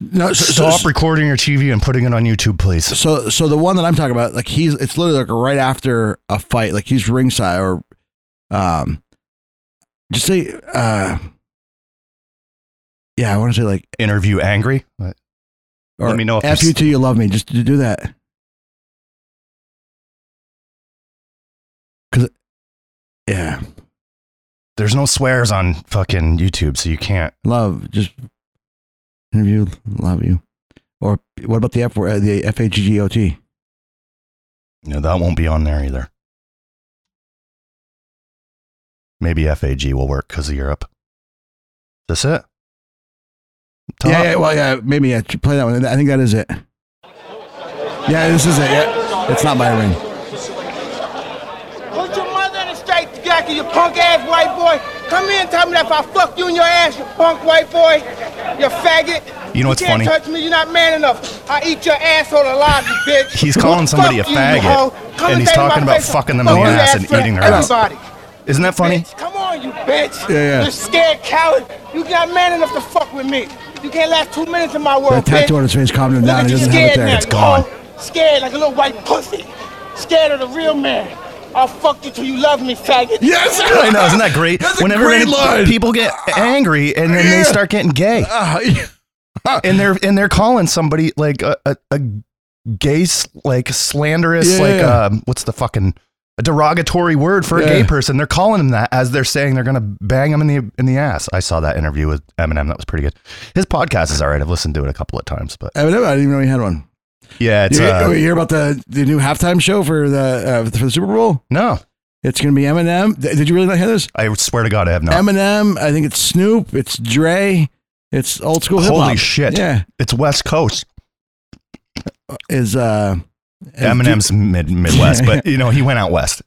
[SPEAKER 1] No, so- so-
[SPEAKER 2] stop recording your TV and putting it on YouTube, please.
[SPEAKER 1] So so the one that I'm talking about, like he's it's literally like right after a fight, like he's ringside or um just say uh yeah, I want to say like
[SPEAKER 2] Interview angry. Let
[SPEAKER 1] or
[SPEAKER 2] me know if
[SPEAKER 1] F you
[SPEAKER 2] there's-
[SPEAKER 1] till you love me. Just do that. Cause yeah,
[SPEAKER 2] there's no swears on fucking YouTube, so you can't.
[SPEAKER 1] love just interview love you. Or what about the F word, uh, the F A G G O T?
[SPEAKER 2] No, that won't be on there either. Maybe FAG will work because of Europe. That's it. Top.
[SPEAKER 1] Yeah, yeah, well, yeah, maybe yeah. Play that one. I think that is it. Yeah, this is it. Yeah, it's not my ring.
[SPEAKER 18] Put your mother in a straight jacket, you punk ass white boy. Come here and tell me that if I fuck you in your ass, you punk white boy, you faggot.
[SPEAKER 2] You know what's
[SPEAKER 18] can't
[SPEAKER 2] funny?
[SPEAKER 18] touch me, you're not man enough. I eat your asshole alive, Ah, you bitch.
[SPEAKER 2] He's calling somebody a
[SPEAKER 18] Fuck you,
[SPEAKER 2] faggot,
[SPEAKER 18] you hoe.
[SPEAKER 2] and
[SPEAKER 18] Come
[SPEAKER 2] he's
[SPEAKER 18] stay in my
[SPEAKER 2] talking about
[SPEAKER 18] face and
[SPEAKER 2] fucking them
[SPEAKER 18] fuck
[SPEAKER 2] in the
[SPEAKER 18] you
[SPEAKER 2] ass and
[SPEAKER 18] front of
[SPEAKER 2] eating their ass.
[SPEAKER 18] Everybody.
[SPEAKER 2] Isn't that funny?
[SPEAKER 18] Bitch, come on, you bitch.
[SPEAKER 2] Yeah, yeah.
[SPEAKER 18] You scared coward. You not man enough to fuck with me. You can't last two minutes in my world,
[SPEAKER 1] That tattoo
[SPEAKER 18] bitch.
[SPEAKER 1] on his face calmed him
[SPEAKER 18] Look
[SPEAKER 1] down.
[SPEAKER 18] at
[SPEAKER 1] He
[SPEAKER 18] you
[SPEAKER 1] doesn't
[SPEAKER 18] scared
[SPEAKER 1] have it there.
[SPEAKER 18] now, you hoe. Scared like a little white pussy. Scared of the real man. I'll fuck you till you love me, faggot.
[SPEAKER 1] Yes!
[SPEAKER 2] Oh. I know, isn't that great?
[SPEAKER 18] That's a
[SPEAKER 2] Whenever
[SPEAKER 18] great
[SPEAKER 2] any-
[SPEAKER 18] line.
[SPEAKER 2] people get angry and then they
[SPEAKER 18] Yeah.
[SPEAKER 2] start getting gay,
[SPEAKER 1] Ah,
[SPEAKER 2] and they're and they're calling somebody like a a, a gay s- like slanderous
[SPEAKER 1] Yeah.
[SPEAKER 2] like um, what's the fucking a derogatory word for a gay
[SPEAKER 1] Yeah.
[SPEAKER 2] person? They're calling them that as they're saying they're gonna bang them in the in the ass. I saw that interview with Eminem. That was pretty good. His podcast is all right. I've listened to it a couple of times, but
[SPEAKER 1] I didn't even know he had one.
[SPEAKER 2] yeah, it's
[SPEAKER 1] you,
[SPEAKER 2] uh,
[SPEAKER 1] you hear about the, the new halftime show for the uh, for the Super Bowl?
[SPEAKER 2] No,
[SPEAKER 1] it's gonna be Eminem. Th- Did you really not hear this?
[SPEAKER 2] I swear to God, I have not.
[SPEAKER 1] Eminem. I think it's Snoop. It's Dre. It's old school hip hop.
[SPEAKER 2] Holy shit!
[SPEAKER 1] Yeah,
[SPEAKER 2] it's West Coast.
[SPEAKER 1] is uh,
[SPEAKER 2] Eminem's mid Midwest, but you know he went out west.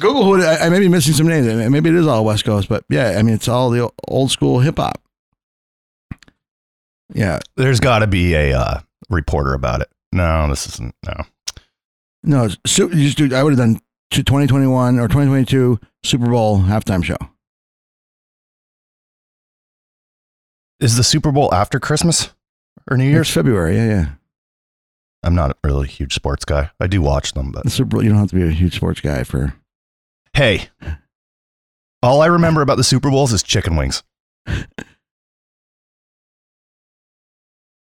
[SPEAKER 1] Google who it- I, I may be missing some names. and Maybe it is all West Coast, but yeah, I mean it's all the o- old school hip hop. Yeah.
[SPEAKER 2] There's got to be a uh, reporter about it. No, this isn't. No.
[SPEAKER 1] No, it's su- you just do. I would have done two- 2021 or 2022 Super Bowl halftime show.
[SPEAKER 2] Is the Super Bowl after Christmas or New Year's?
[SPEAKER 1] It's February. Yeah, yeah.
[SPEAKER 2] I'm not really a huge sports guy. I do watch them, but
[SPEAKER 1] The Super Bowl. You don't have to be a huge sports guy for.
[SPEAKER 2] hey, All I remember about the Super Bowls is chicken wings.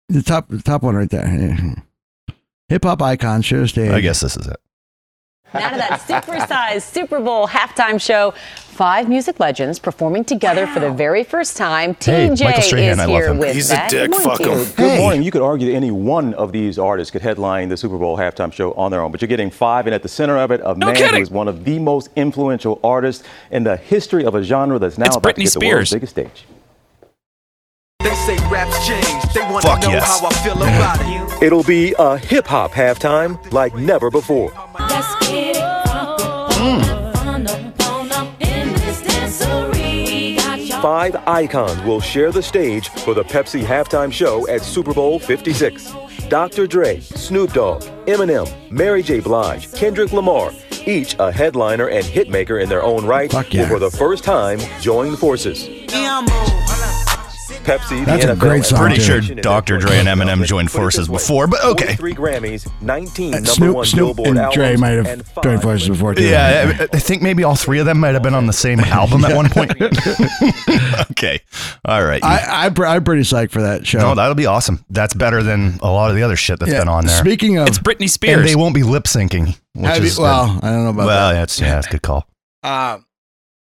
[SPEAKER 1] The top, the top one right there. Yeah. Hip hop icon shows stage.
[SPEAKER 2] I guess this is it.
[SPEAKER 19] Out of that supersized Super Bowl halftime show, five music legends performing together for the very first time.
[SPEAKER 2] Hey,
[SPEAKER 19] TJ
[SPEAKER 2] Michael Strahan,
[SPEAKER 19] is
[SPEAKER 2] I love
[SPEAKER 19] here
[SPEAKER 2] him.
[SPEAKER 19] with
[SPEAKER 2] He's a
[SPEAKER 19] that.
[SPEAKER 2] dick,
[SPEAKER 19] Good morning,
[SPEAKER 2] fuck
[SPEAKER 19] T.
[SPEAKER 2] him.
[SPEAKER 20] Good
[SPEAKER 2] Hey.
[SPEAKER 20] morning. You could argue that any one of these artists could headline the Super Bowl halftime show on their own, but you're getting five, and at the center of it, a man who is one of the most influential artists in the history of a genre that's now
[SPEAKER 9] It's
[SPEAKER 20] about
[SPEAKER 9] Britney
[SPEAKER 20] to get the world's
[SPEAKER 9] Spears.
[SPEAKER 20] biggest stage.
[SPEAKER 21] They say raps change. They want
[SPEAKER 20] Fuck
[SPEAKER 21] to know
[SPEAKER 20] yes.
[SPEAKER 21] how I feel about it.
[SPEAKER 20] It'll be a hip hop halftime like never before.
[SPEAKER 22] Let's get it crunk on up on up in this dancery. Got y'all
[SPEAKER 20] Five icons will share the stage for the Pepsi halftime show at Super Bowl 56. Dr. Dre, Snoop Dogg, Eminem, Mary J. Blige, Kendrick Lamar, each a headliner and hitmaker in their own right,
[SPEAKER 1] yeah.
[SPEAKER 20] will for the first time join forces. Pepsi,
[SPEAKER 2] That's
[SPEAKER 20] the
[SPEAKER 2] a
[SPEAKER 20] NFL,
[SPEAKER 2] great song,
[SPEAKER 20] and
[SPEAKER 2] Pretty sure
[SPEAKER 20] Foundation is
[SPEAKER 2] Dr. Dre and Eminem joined forces before, but okay.
[SPEAKER 20] Three Grammys, 19
[SPEAKER 1] Uh,
[SPEAKER 20] number
[SPEAKER 1] Snoop,
[SPEAKER 20] one
[SPEAKER 1] Snoop,
[SPEAKER 20] Billboard
[SPEAKER 1] and
[SPEAKER 20] albums,
[SPEAKER 1] Dre might have
[SPEAKER 20] and
[SPEAKER 1] joined forces before. Too.
[SPEAKER 2] Yeah, I, I think maybe all three of them might have been on the same album at one point. okay. All right.
[SPEAKER 1] I, I, I'm pretty psyched for that show.
[SPEAKER 2] no, that'll be awesome. That's better than a lot of the other shit that's
[SPEAKER 1] Yeah,
[SPEAKER 2] been on there.
[SPEAKER 1] Speaking of,
[SPEAKER 9] It's Britney Spears.
[SPEAKER 2] and they won't be lip syncing. Which
[SPEAKER 1] Have you-
[SPEAKER 2] is good.
[SPEAKER 1] well, I don't know about
[SPEAKER 2] well,
[SPEAKER 1] that.
[SPEAKER 2] that's yeah, that's a good call.
[SPEAKER 1] Uh,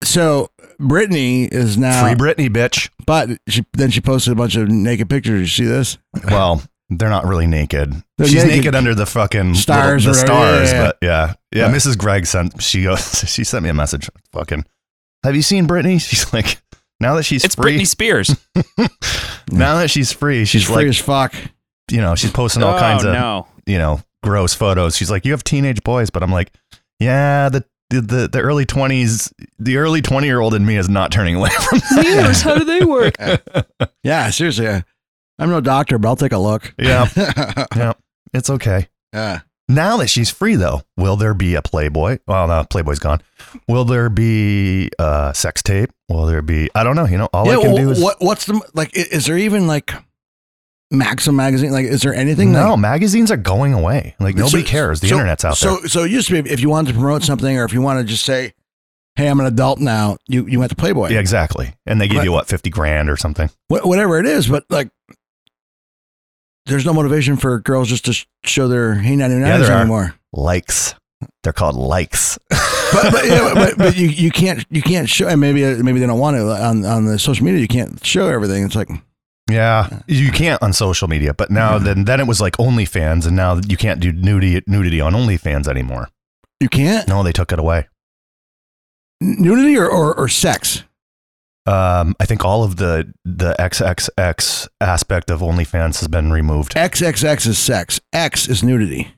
[SPEAKER 1] so Britney is now
[SPEAKER 2] Free Britney, bitch.
[SPEAKER 1] But she, then she posted a bunch of naked pictures. You see this?
[SPEAKER 2] Well, they're not really naked.
[SPEAKER 1] They're
[SPEAKER 2] She's naked.
[SPEAKER 1] naked.
[SPEAKER 2] under the fucking
[SPEAKER 1] Stars
[SPEAKER 2] the
[SPEAKER 1] or whatever,
[SPEAKER 2] stars,
[SPEAKER 1] yeah, yeah, yeah.
[SPEAKER 2] but yeah, yeah.
[SPEAKER 1] Right.
[SPEAKER 2] Mrs. Gregg sent she goes she sent me a message. Fucking, have you seen Britney? She's like, now that she's
[SPEAKER 9] It's
[SPEAKER 2] free,
[SPEAKER 9] Britney Spears.
[SPEAKER 2] now that she's free, she's,
[SPEAKER 1] She's
[SPEAKER 2] like,
[SPEAKER 1] free as fuck.
[SPEAKER 2] you know, she's posting all
[SPEAKER 9] Oh,
[SPEAKER 2] kinds of
[SPEAKER 9] no.
[SPEAKER 2] you know gross photos. She's like, you have teenage boys, but I'm like, yeah, the the the, the early twenties, the early twenty year old in me is not turning away from that.
[SPEAKER 1] Mirrors, how
[SPEAKER 17] do they work?
[SPEAKER 1] Yeah, seriously. uh, I'm no doctor, but I'll take a look.
[SPEAKER 2] Yeah. yeah. It's okay.
[SPEAKER 1] Yeah.
[SPEAKER 2] Now that she's free, though, will there be a Playboy? Well, no, Playboy's gone. Will there be uh, sex tape? Will there be? I don't know. You know, all
[SPEAKER 1] yeah,
[SPEAKER 2] I can
[SPEAKER 1] wh-
[SPEAKER 2] do is
[SPEAKER 1] what? What's the like? i- Is there even like Maxim magazine? Like, is there anything?
[SPEAKER 2] no.
[SPEAKER 1] like,
[SPEAKER 2] magazines are going away. Like nobody cares. The
[SPEAKER 1] so-
[SPEAKER 2] internet's out
[SPEAKER 1] so,
[SPEAKER 2] there.
[SPEAKER 1] So, it used to be if you wanted to promote something, or if you wanted to just say, "Hey, I'm an adult now," you you went to Playboy.
[SPEAKER 2] Yeah, exactly. And they give
[SPEAKER 1] But-
[SPEAKER 2] you what fifty grand or something.
[SPEAKER 1] Wh- whatever it is, but like. There's no motivation for girls just to sh- show their hey 99s
[SPEAKER 2] Yeah, there are
[SPEAKER 1] anymore.
[SPEAKER 2] likes. They're called likes.
[SPEAKER 1] But but, yeah, but, but you, you can't you can't show and maybe maybe they don't want to on on the social media you can't show everything. It's like
[SPEAKER 2] Yeah, you can't on social media. But now then, then it was like OnlyFans, and now you can't do nudity nudity on OnlyFans anymore.
[SPEAKER 1] you can't
[SPEAKER 2] No, they took it away.
[SPEAKER 1] nudity or, or, or sex.
[SPEAKER 2] Um, I think all of the the XXX aspect of OnlyFans has been removed.
[SPEAKER 1] XXX is sex. X is nudity.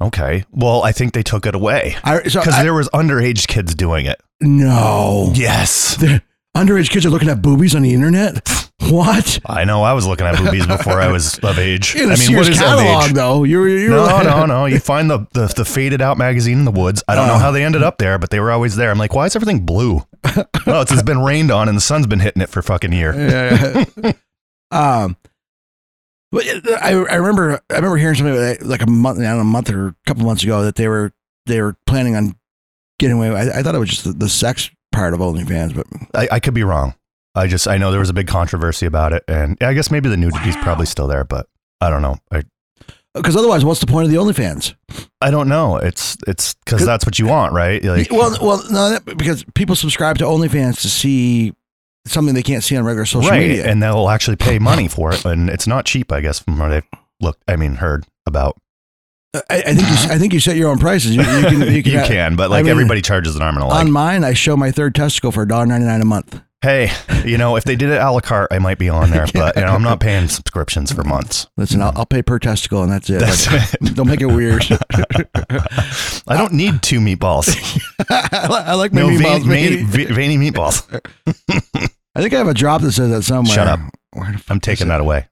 [SPEAKER 2] Okay. Well, I think they took it away
[SPEAKER 1] I- so
[SPEAKER 2] because
[SPEAKER 1] I-
[SPEAKER 2] there was underage kids doing it.
[SPEAKER 1] No.
[SPEAKER 2] Yes.
[SPEAKER 1] The underage kids are looking at boobies on the internet. What?
[SPEAKER 2] I know. I was looking at boobies before I was of age.
[SPEAKER 1] In a
[SPEAKER 2] I mean, what
[SPEAKER 1] Sears
[SPEAKER 2] is of
[SPEAKER 1] catalog,
[SPEAKER 2] age?
[SPEAKER 1] though. You were, you were
[SPEAKER 2] No,
[SPEAKER 1] like-
[SPEAKER 2] no, no. You find the, the the faded out magazine in the woods. I don't know
[SPEAKER 1] Uh.
[SPEAKER 2] how they ended up there, but they were always there. I'm like, why is everything blue? well, it's, it's been rained on and the sun's been hitting it for a fucking year.
[SPEAKER 1] Yeah, yeah. um, but uh, I, I remember I remember hearing something like- like a month, I don't know, a month or a couple months ago that they were they were planning on getting away. I, I thought it was just the, the sex part of OnlyFans, but
[SPEAKER 2] I, I could be wrong. I just I know there was a big controversy about it, and I guess maybe the nudity's probably still there, but I don't know. I
[SPEAKER 1] because otherwise, what's the point of the OnlyFans?
[SPEAKER 2] I don't know. It's it's because that's what you want, right? Like,
[SPEAKER 1] well, well, no, that, because people subscribe to OnlyFans to see something they can't see on regular social
[SPEAKER 2] right,
[SPEAKER 1] media.
[SPEAKER 2] and they'll actually pay money for it, and it's not cheap, I guess, from what I've looked. I mean, heard about.
[SPEAKER 1] I, I think you, I think you set your own prices. You, you can, you can,
[SPEAKER 2] but
[SPEAKER 1] I
[SPEAKER 2] like
[SPEAKER 1] mean,
[SPEAKER 2] everybody charges an arm and a leg.
[SPEAKER 1] On mine, I show my third testicle for $1.99 a month.
[SPEAKER 2] hey, you know, if they did it a la carte, I might be on there, but you know, I'm not paying subscriptions for months.
[SPEAKER 1] Listen, I'll, I'll pay per testicle, and that's it.
[SPEAKER 2] That's
[SPEAKER 1] Like, Don't make it weird.
[SPEAKER 2] I don't need two meatballs.
[SPEAKER 1] I, li- I like my
[SPEAKER 2] no
[SPEAKER 1] meatballs.
[SPEAKER 2] vein-
[SPEAKER 1] man.
[SPEAKER 2] vein- ve- veiny meatballs.
[SPEAKER 1] I think I have a drop that says that somewhere.
[SPEAKER 2] Shut up.
[SPEAKER 1] Where the
[SPEAKER 2] I'm taking that away.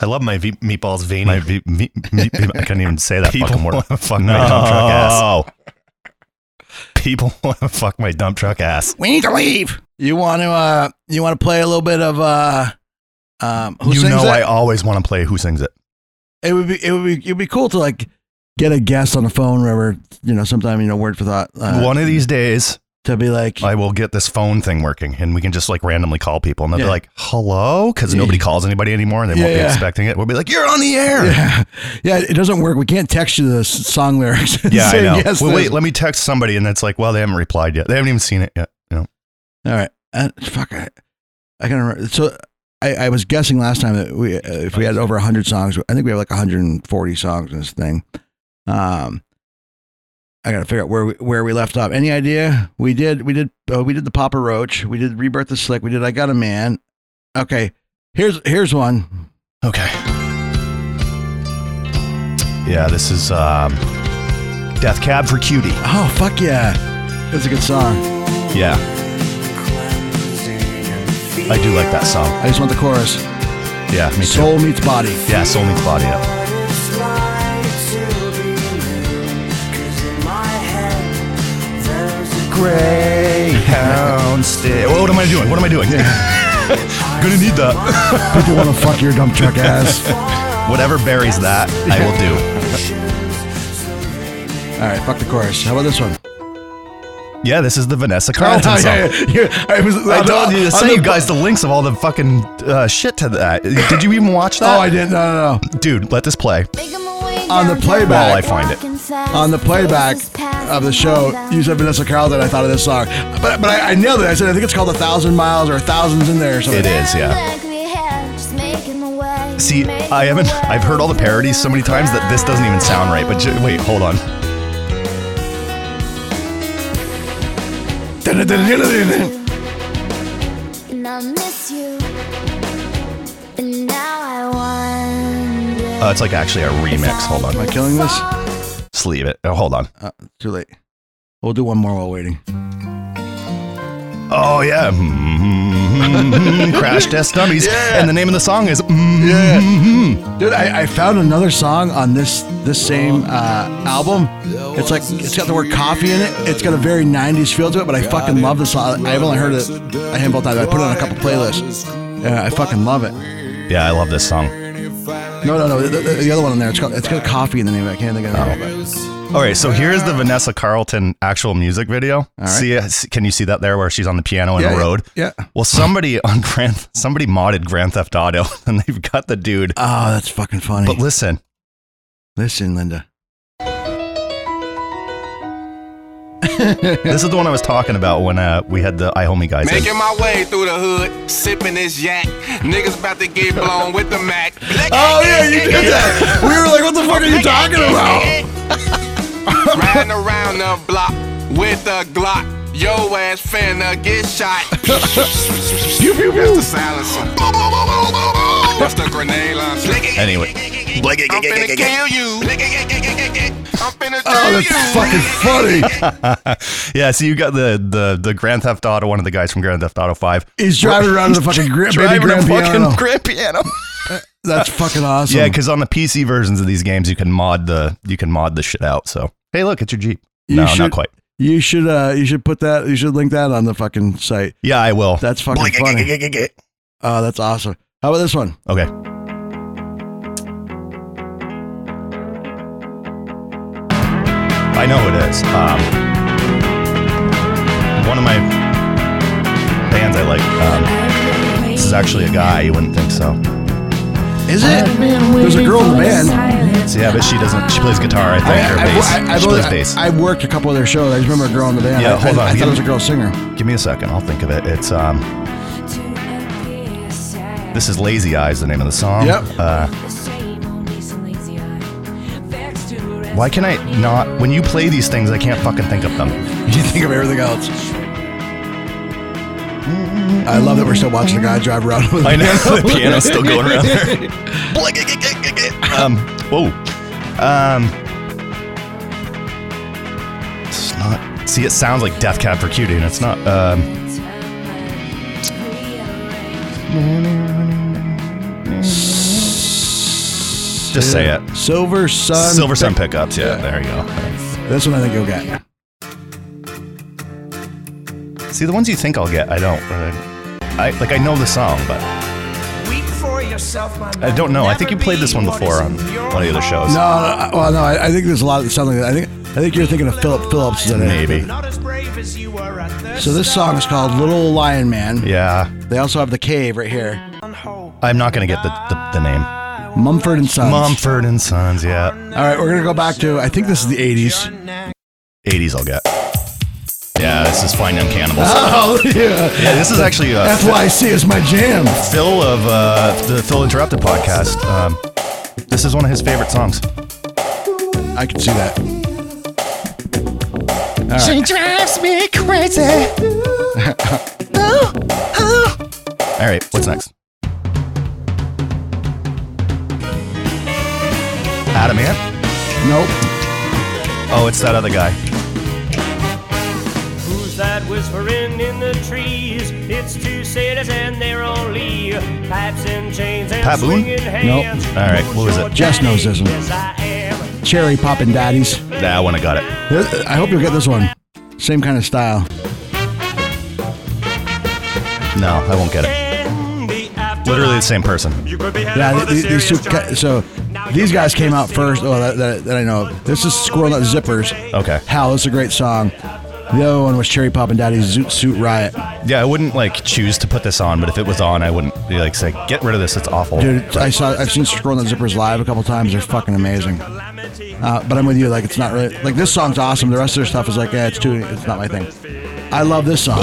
[SPEAKER 2] I love my ve- meatballs veiny. My ve- me- me- me- I couldn't even say that
[SPEAKER 8] People
[SPEAKER 2] fucking word.
[SPEAKER 8] wanna fuck
[SPEAKER 2] no.
[SPEAKER 8] my dump truck
[SPEAKER 2] People want to fuck my dump truck ass.
[SPEAKER 1] We need to leave. You want to? Uh, you want to play a little bit of? Uh, um, who
[SPEAKER 2] you
[SPEAKER 1] sings
[SPEAKER 2] know
[SPEAKER 1] that?
[SPEAKER 2] I always want to play Who Sings It.
[SPEAKER 1] it would be. It would be. It'd be cool to like get a guest on the phone, wherever you know. Sometime you know, word for thought. Uh,
[SPEAKER 2] One of these days,
[SPEAKER 1] to be like,
[SPEAKER 2] I will get this phone thing working, and we can just like randomly call people, and they'll
[SPEAKER 1] Yeah.
[SPEAKER 2] be like, "Hello," because nobody calls anybody anymore, and they won't
[SPEAKER 1] Yeah,
[SPEAKER 2] be
[SPEAKER 1] yeah.
[SPEAKER 2] expecting it. We'll be like, "You're on the air."
[SPEAKER 1] Yeah, yeah. It doesn't work. We can't text you the s- song lyrics. and
[SPEAKER 2] Yeah, I
[SPEAKER 1] say
[SPEAKER 2] know.
[SPEAKER 1] yes
[SPEAKER 2] well,
[SPEAKER 1] to-
[SPEAKER 2] wait, let me text somebody, and it's like, well, they haven't replied yet. They haven't even seen it yet. You know.
[SPEAKER 1] All right. Uh, fuck. I, I can't remember. So I, I was guessing last time that we, uh, if we had over 100 songs, I think we have like 140 songs in this thing. Um, I gotta figure out where we, where we left off. Any idea? We did we did uh, we did the Papa Roach. We did Rebirth the Slick. We did I Got a Man. Okay, here's here's one.
[SPEAKER 2] Okay. Yeah, this is um, Death Cab for Cutie.
[SPEAKER 1] Oh fuck yeah, that's a good song.
[SPEAKER 2] Yeah. I do like that song.
[SPEAKER 1] I just want the chorus.
[SPEAKER 2] Yeah, me too.
[SPEAKER 1] Soul meets body.
[SPEAKER 2] Yeah, soul meets body. Yeah. Greyhound stay. What am I doing? What am I doing? Gonna need that.
[SPEAKER 1] People want to fuck your dump truck ass.
[SPEAKER 2] Whatever buries that, I will do.
[SPEAKER 1] All right, fuck the chorus. How about this one?
[SPEAKER 2] Yeah, this is the Vanessa Carlton song.
[SPEAKER 1] Oh, Yeah, yeah, yeah. I, was,
[SPEAKER 2] I told you to
[SPEAKER 1] I'm
[SPEAKER 2] send you
[SPEAKER 1] the-
[SPEAKER 2] guys the links of all the fucking uh, shit to that. Did you even watch that?
[SPEAKER 1] Oh, I didn't. No, no,
[SPEAKER 2] Dude, let this play.
[SPEAKER 1] on the playback.
[SPEAKER 2] While I find it.
[SPEAKER 1] On the playback of the show, you said Vanessa Carlton. I thought of this song, but but I, I nailed it. I said I think it's called a thousand miles or thousands in there. Or something.
[SPEAKER 2] It is, yeah. See, I haven't. I've heard all the parodies so many times that this doesn't even sound right. But ju- wait, hold on. Uh, it's like actually a remix. Hold on.
[SPEAKER 1] Am I killing this?
[SPEAKER 2] Just leave it. Oh, hold on.
[SPEAKER 1] Uh, too late. We'll do one more while waiting.
[SPEAKER 2] Oh yeah. Mhm. Crash test dummies.
[SPEAKER 1] Yeah.
[SPEAKER 2] And the name of the song is.
[SPEAKER 1] Yeah, dude, I, I found another song on this this same uh, album. It's like it's got the word coffee in it. It's got a very '90s feel to it, but I fucking love this song. I've only heard it a handful of times. I put it on a couple playlists. Yeah, I fucking love it.
[SPEAKER 2] Yeah, I love this song.
[SPEAKER 1] No, no, no. The, the, the other one in there. It's got it's got coffee in the name. of it. I can't think of it.
[SPEAKER 2] Oh. All right, so here's the Vanessa Carlton actual music video.
[SPEAKER 1] right.
[SPEAKER 2] See, uh, s- can you see that there where she's on the piano in
[SPEAKER 1] Yeah,
[SPEAKER 2] a
[SPEAKER 1] yeah,
[SPEAKER 2] road?
[SPEAKER 1] yeah.
[SPEAKER 2] Well, somebody on Grand, somebody modded Grand Theft Auto, and they've got the dude.
[SPEAKER 1] Oh, that's fucking funny.
[SPEAKER 2] But listen,
[SPEAKER 1] Listen, Linda.
[SPEAKER 2] this is the one I was talking about when uh, we had the iHomie guys. in.
[SPEAKER 7] Making my way through the hood, sipping this yak. Niggas about to get blown with the Mac.
[SPEAKER 1] Oh yeah, you did that. We were like, what the fuck are you talking about?
[SPEAKER 7] Riding around the block with a Glock. Yo ass finna get shot. That's the silencer. That's the grenade launcher.
[SPEAKER 2] Anyway,
[SPEAKER 7] I'm finna kill you. I'm finna
[SPEAKER 1] Oh,
[SPEAKER 7] kill
[SPEAKER 1] that's
[SPEAKER 7] you.
[SPEAKER 1] fucking funny.
[SPEAKER 2] yeah, so you got the, the the Grand Theft Auto, one of the guys from Grand Theft Auto Five.
[SPEAKER 1] He's driving around with a fucking gra- baby
[SPEAKER 2] Driving a
[SPEAKER 1] grand
[SPEAKER 2] fucking
[SPEAKER 1] piano.
[SPEAKER 2] grand piano.
[SPEAKER 1] That's fucking awesome.
[SPEAKER 2] Yeah, because on the PC versions of these games, you can mod the you can mod the shit out. So hey, look, it's your Jeep.
[SPEAKER 1] You
[SPEAKER 2] no,
[SPEAKER 1] should-
[SPEAKER 2] not quite.
[SPEAKER 1] you should uh, you should put that you should link that on the fucking site.
[SPEAKER 2] Yeah, I will.
[SPEAKER 1] That's fucking funny. Oh, that's awesome. How about this one?
[SPEAKER 2] Okay. I know it is. Um, one of my bands I like. Um, this is actually a guy. You wouldn't think so.
[SPEAKER 1] Is it? There's a girl in the band.
[SPEAKER 2] So, yeah, but she doesn't. She plays guitar, I think, or bass. she plays bass.
[SPEAKER 1] I, have worked a couple of their shows. I just remember a girl in the band.
[SPEAKER 2] yeah,
[SPEAKER 1] I,
[SPEAKER 2] hold
[SPEAKER 1] I, I
[SPEAKER 2] on.
[SPEAKER 1] thought
[SPEAKER 2] Give
[SPEAKER 1] it was
[SPEAKER 2] me-
[SPEAKER 1] a girl singer.
[SPEAKER 2] Give me a second. I'll think of it. It's um. This is Lazy Eyes, the name of the song.
[SPEAKER 1] Yep.
[SPEAKER 2] Uh, why can I not? When you play these things, I can't fucking think of them.
[SPEAKER 1] You think of everything else. I love that we're still watching a guy drive around with a
[SPEAKER 2] I know, the piano's still going around
[SPEAKER 1] there.
[SPEAKER 2] Um. Whoa. Um. It's not. See, it sounds like Death Cab for Cutie, and it's not. Um. Just say it.
[SPEAKER 1] Silver Sun.
[SPEAKER 2] Silver Sun
[SPEAKER 1] Pick-
[SPEAKER 2] pickups. Yeah, there you
[SPEAKER 1] That's what I think you'll get.
[SPEAKER 2] go. See, the ones you think I'll get, I don't. uh, I like. I know the song, but I don't know. I think you played this one before on one of the other shows.
[SPEAKER 1] uh, No, no, well, no. I, I think there's a lot of something. That I think I think you're thinking of Philip Phillips. is in it.
[SPEAKER 2] Maybe.
[SPEAKER 1] So this song is called Little Lion Man.
[SPEAKER 2] Yeah.
[SPEAKER 1] They also have the cave right here.
[SPEAKER 2] I'm not going to get the, the, the name.
[SPEAKER 1] Mumford and Sons.
[SPEAKER 2] Mumford and Sons, yeah.
[SPEAKER 1] All right, we're gonna go back to. I think this is the '80s.
[SPEAKER 2] 80s I'll get. Yeah, this is Fine Young Cannibals.
[SPEAKER 1] Oh, yeah.
[SPEAKER 2] Yeah, this is actually uh,
[SPEAKER 1] FYC is my jam.
[SPEAKER 2] Phil of uh, the Phil Interrupted podcast. Um, this is one of his favorite songs.
[SPEAKER 1] I can see that. All right.
[SPEAKER 6] She drives me crazy. oh, oh.
[SPEAKER 2] All right, what's next? Adam Ant?
[SPEAKER 1] Nope.
[SPEAKER 2] Oh, it's that other guy.
[SPEAKER 10] Who's that whispering in the trees? It's two cities and they're only pipes and chains and
[SPEAKER 2] Pat Boone?
[SPEAKER 10] swinging
[SPEAKER 1] Nope.
[SPEAKER 10] hands.
[SPEAKER 2] All right, what was it?
[SPEAKER 1] Jess knows this one. Cherry poppin' daddies.
[SPEAKER 2] That one I got it.
[SPEAKER 1] This- I hope you'll get this one. Same kind of style.
[SPEAKER 2] No, I won't get it. Literally the same person.
[SPEAKER 1] Yeah, th- th- these two. ca- So these guys came out first. Oh, that, that, that I know. of. This is Squirrel Nut Zippers.
[SPEAKER 2] Okay.
[SPEAKER 1] Hell, this is a great song. The other one was Cherry Pop and Daddy's Zoot Suit Riot.
[SPEAKER 2] Yeah, I wouldn't like choose to put this on, but if it was on, I wouldn't be like say, get rid of this. It's awful.
[SPEAKER 1] Dude, I saw. I've seen Squirrel Nut Zippers live a couple times. They're fucking amazing. Uh, but I'm with you. Like it's not really like this song's awesome. The rest of their stuff is like, yeah, it's too. It's not my thing. I love this song.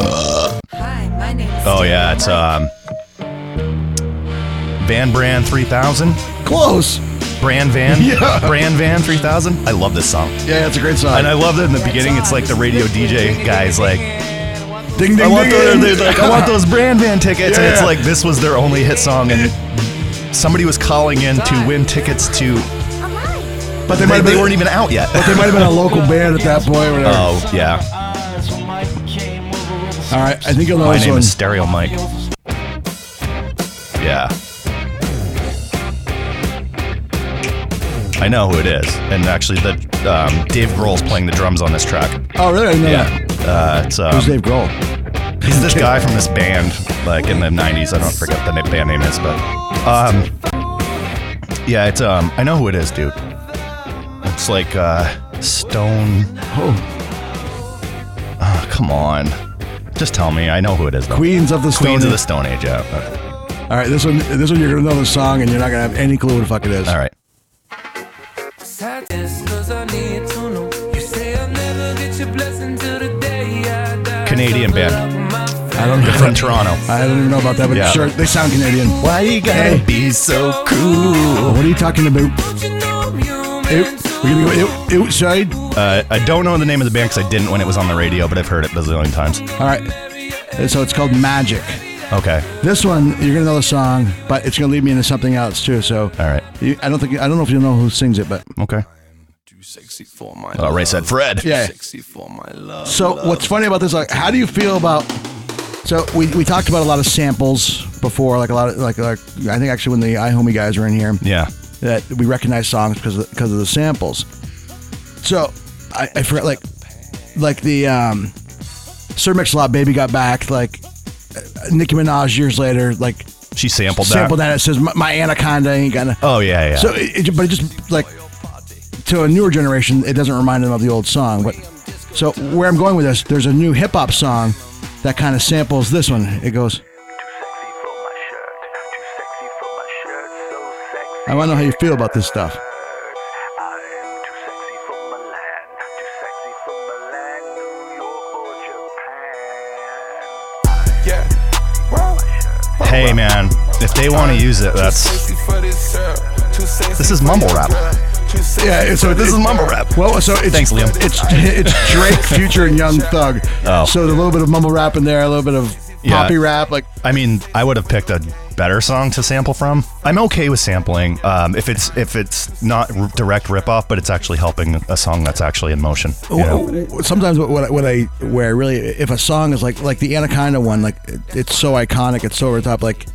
[SPEAKER 2] Oh yeah, it's um, Van Brand 3000.
[SPEAKER 1] Close.
[SPEAKER 2] Brand Van.
[SPEAKER 1] Yeah.
[SPEAKER 2] Brand Van 3000. I love this song.
[SPEAKER 1] Yeah, it's a great song.
[SPEAKER 2] And I love that in the beginning, it's like the radio DJ guys like.
[SPEAKER 1] Ding ding
[SPEAKER 2] I want,
[SPEAKER 1] ding.
[SPEAKER 2] those,
[SPEAKER 1] ding.
[SPEAKER 2] they're like, I want those brand van tickets, and it's
[SPEAKER 1] Yeah.
[SPEAKER 2] like this was their only hit song, and somebody was calling in to win tickets to,
[SPEAKER 1] But
[SPEAKER 2] they,
[SPEAKER 1] might have
[SPEAKER 2] they
[SPEAKER 1] been-
[SPEAKER 2] weren't even out yet.
[SPEAKER 1] But they might have been a local band at that point. Or whatever.
[SPEAKER 2] Oh yeah,
[SPEAKER 1] All right, I think you'll know
[SPEAKER 2] my
[SPEAKER 1] this
[SPEAKER 2] name
[SPEAKER 1] one.
[SPEAKER 2] is Stereo Oh, Mike. Yeah, I know who it is, and actually, the um, Dave Grohl's playing the drums on this track.
[SPEAKER 1] oh really? I didn't know that.
[SPEAKER 2] Yeah, uh, it's um,
[SPEAKER 1] Who's Dave Grohl?
[SPEAKER 2] He's this guy from this band, like in the '90s. I don't forget the na- band name is, but um, yeah, it's um, I know who it is, dude. It's like uh, Stone.
[SPEAKER 1] Oh,
[SPEAKER 2] Ah, come on, just tell me. I know who it is. Though.
[SPEAKER 1] Queens of the Stone
[SPEAKER 2] Queens of the
[SPEAKER 1] Age.
[SPEAKER 2] Stone Age. Yeah.
[SPEAKER 1] All right, this one, this one, you're gonna know the song, and you're not gonna have any clue what the fuck it is.
[SPEAKER 2] All right. Canadian band.
[SPEAKER 1] I don't know.
[SPEAKER 2] They're from Toronto.
[SPEAKER 1] I don't even know about that, but
[SPEAKER 2] Yeah.
[SPEAKER 1] sure, they sound Canadian. Why
[SPEAKER 2] you gotta be so cool?
[SPEAKER 1] What are you talking about? Oop. We're gonna go oop, outside.
[SPEAKER 2] Uh, I don't know the name of the band because I didn't when it was on the radio, but I've heard it a bazillion times.
[SPEAKER 1] All right, And so it's called Magic.
[SPEAKER 2] Okay.
[SPEAKER 1] This one, you're gonna know the song, but it's gonna lead me into something else too. So,
[SPEAKER 2] all right,
[SPEAKER 1] you, I don't think I don't know if you know who sings it, but
[SPEAKER 2] Okay. Oh, Ray said Fred.
[SPEAKER 1] Yeah. So what's funny about this? Like, how do you feel about? So we, we talked about a lot of samples before, like a lot of like, like I think actually when the iHomie guys were in here,
[SPEAKER 2] Yeah.
[SPEAKER 1] that we recognize songs because of, because of the samples. So I, I forgot like like the um, Sir Mix-a-Lot "Baby Got Back," like uh, Nicki Minaj years later, like
[SPEAKER 2] She sampled that.
[SPEAKER 1] sample that. It says my, my anaconda ain't gonna.
[SPEAKER 2] Oh yeah, yeah.
[SPEAKER 1] So, it, it- but it just like to a newer generation, it doesn't remind them of the old song. But so where I'm going with this, there's a new hip hop song that kind of samples this one. It goes. I want to know how you feel about this stuff.
[SPEAKER 2] hey man, if they want to use it, that's this is mumble rap.
[SPEAKER 1] Yeah, so
[SPEAKER 2] this is
[SPEAKER 1] is
[SPEAKER 2] mumble rap.
[SPEAKER 1] Well, so it's
[SPEAKER 2] Thanks, Liam.
[SPEAKER 1] It's it's Drake, Future, and Young Thug.
[SPEAKER 2] Oh.
[SPEAKER 1] So there's a little bit of mumble rap in there, a little bit of
[SPEAKER 2] Yeah.
[SPEAKER 1] poppy rap, like
[SPEAKER 2] I mean, I would have picked a better song to sample from. I'm okay with sampling um, if it's if it's not r- direct ripoff, but it's actually helping a song that's actually in motion. you know?
[SPEAKER 1] Sometimes what, what, I- what I where I really if a song is like like the Anaconda one like it, it's so iconic it's so over the top like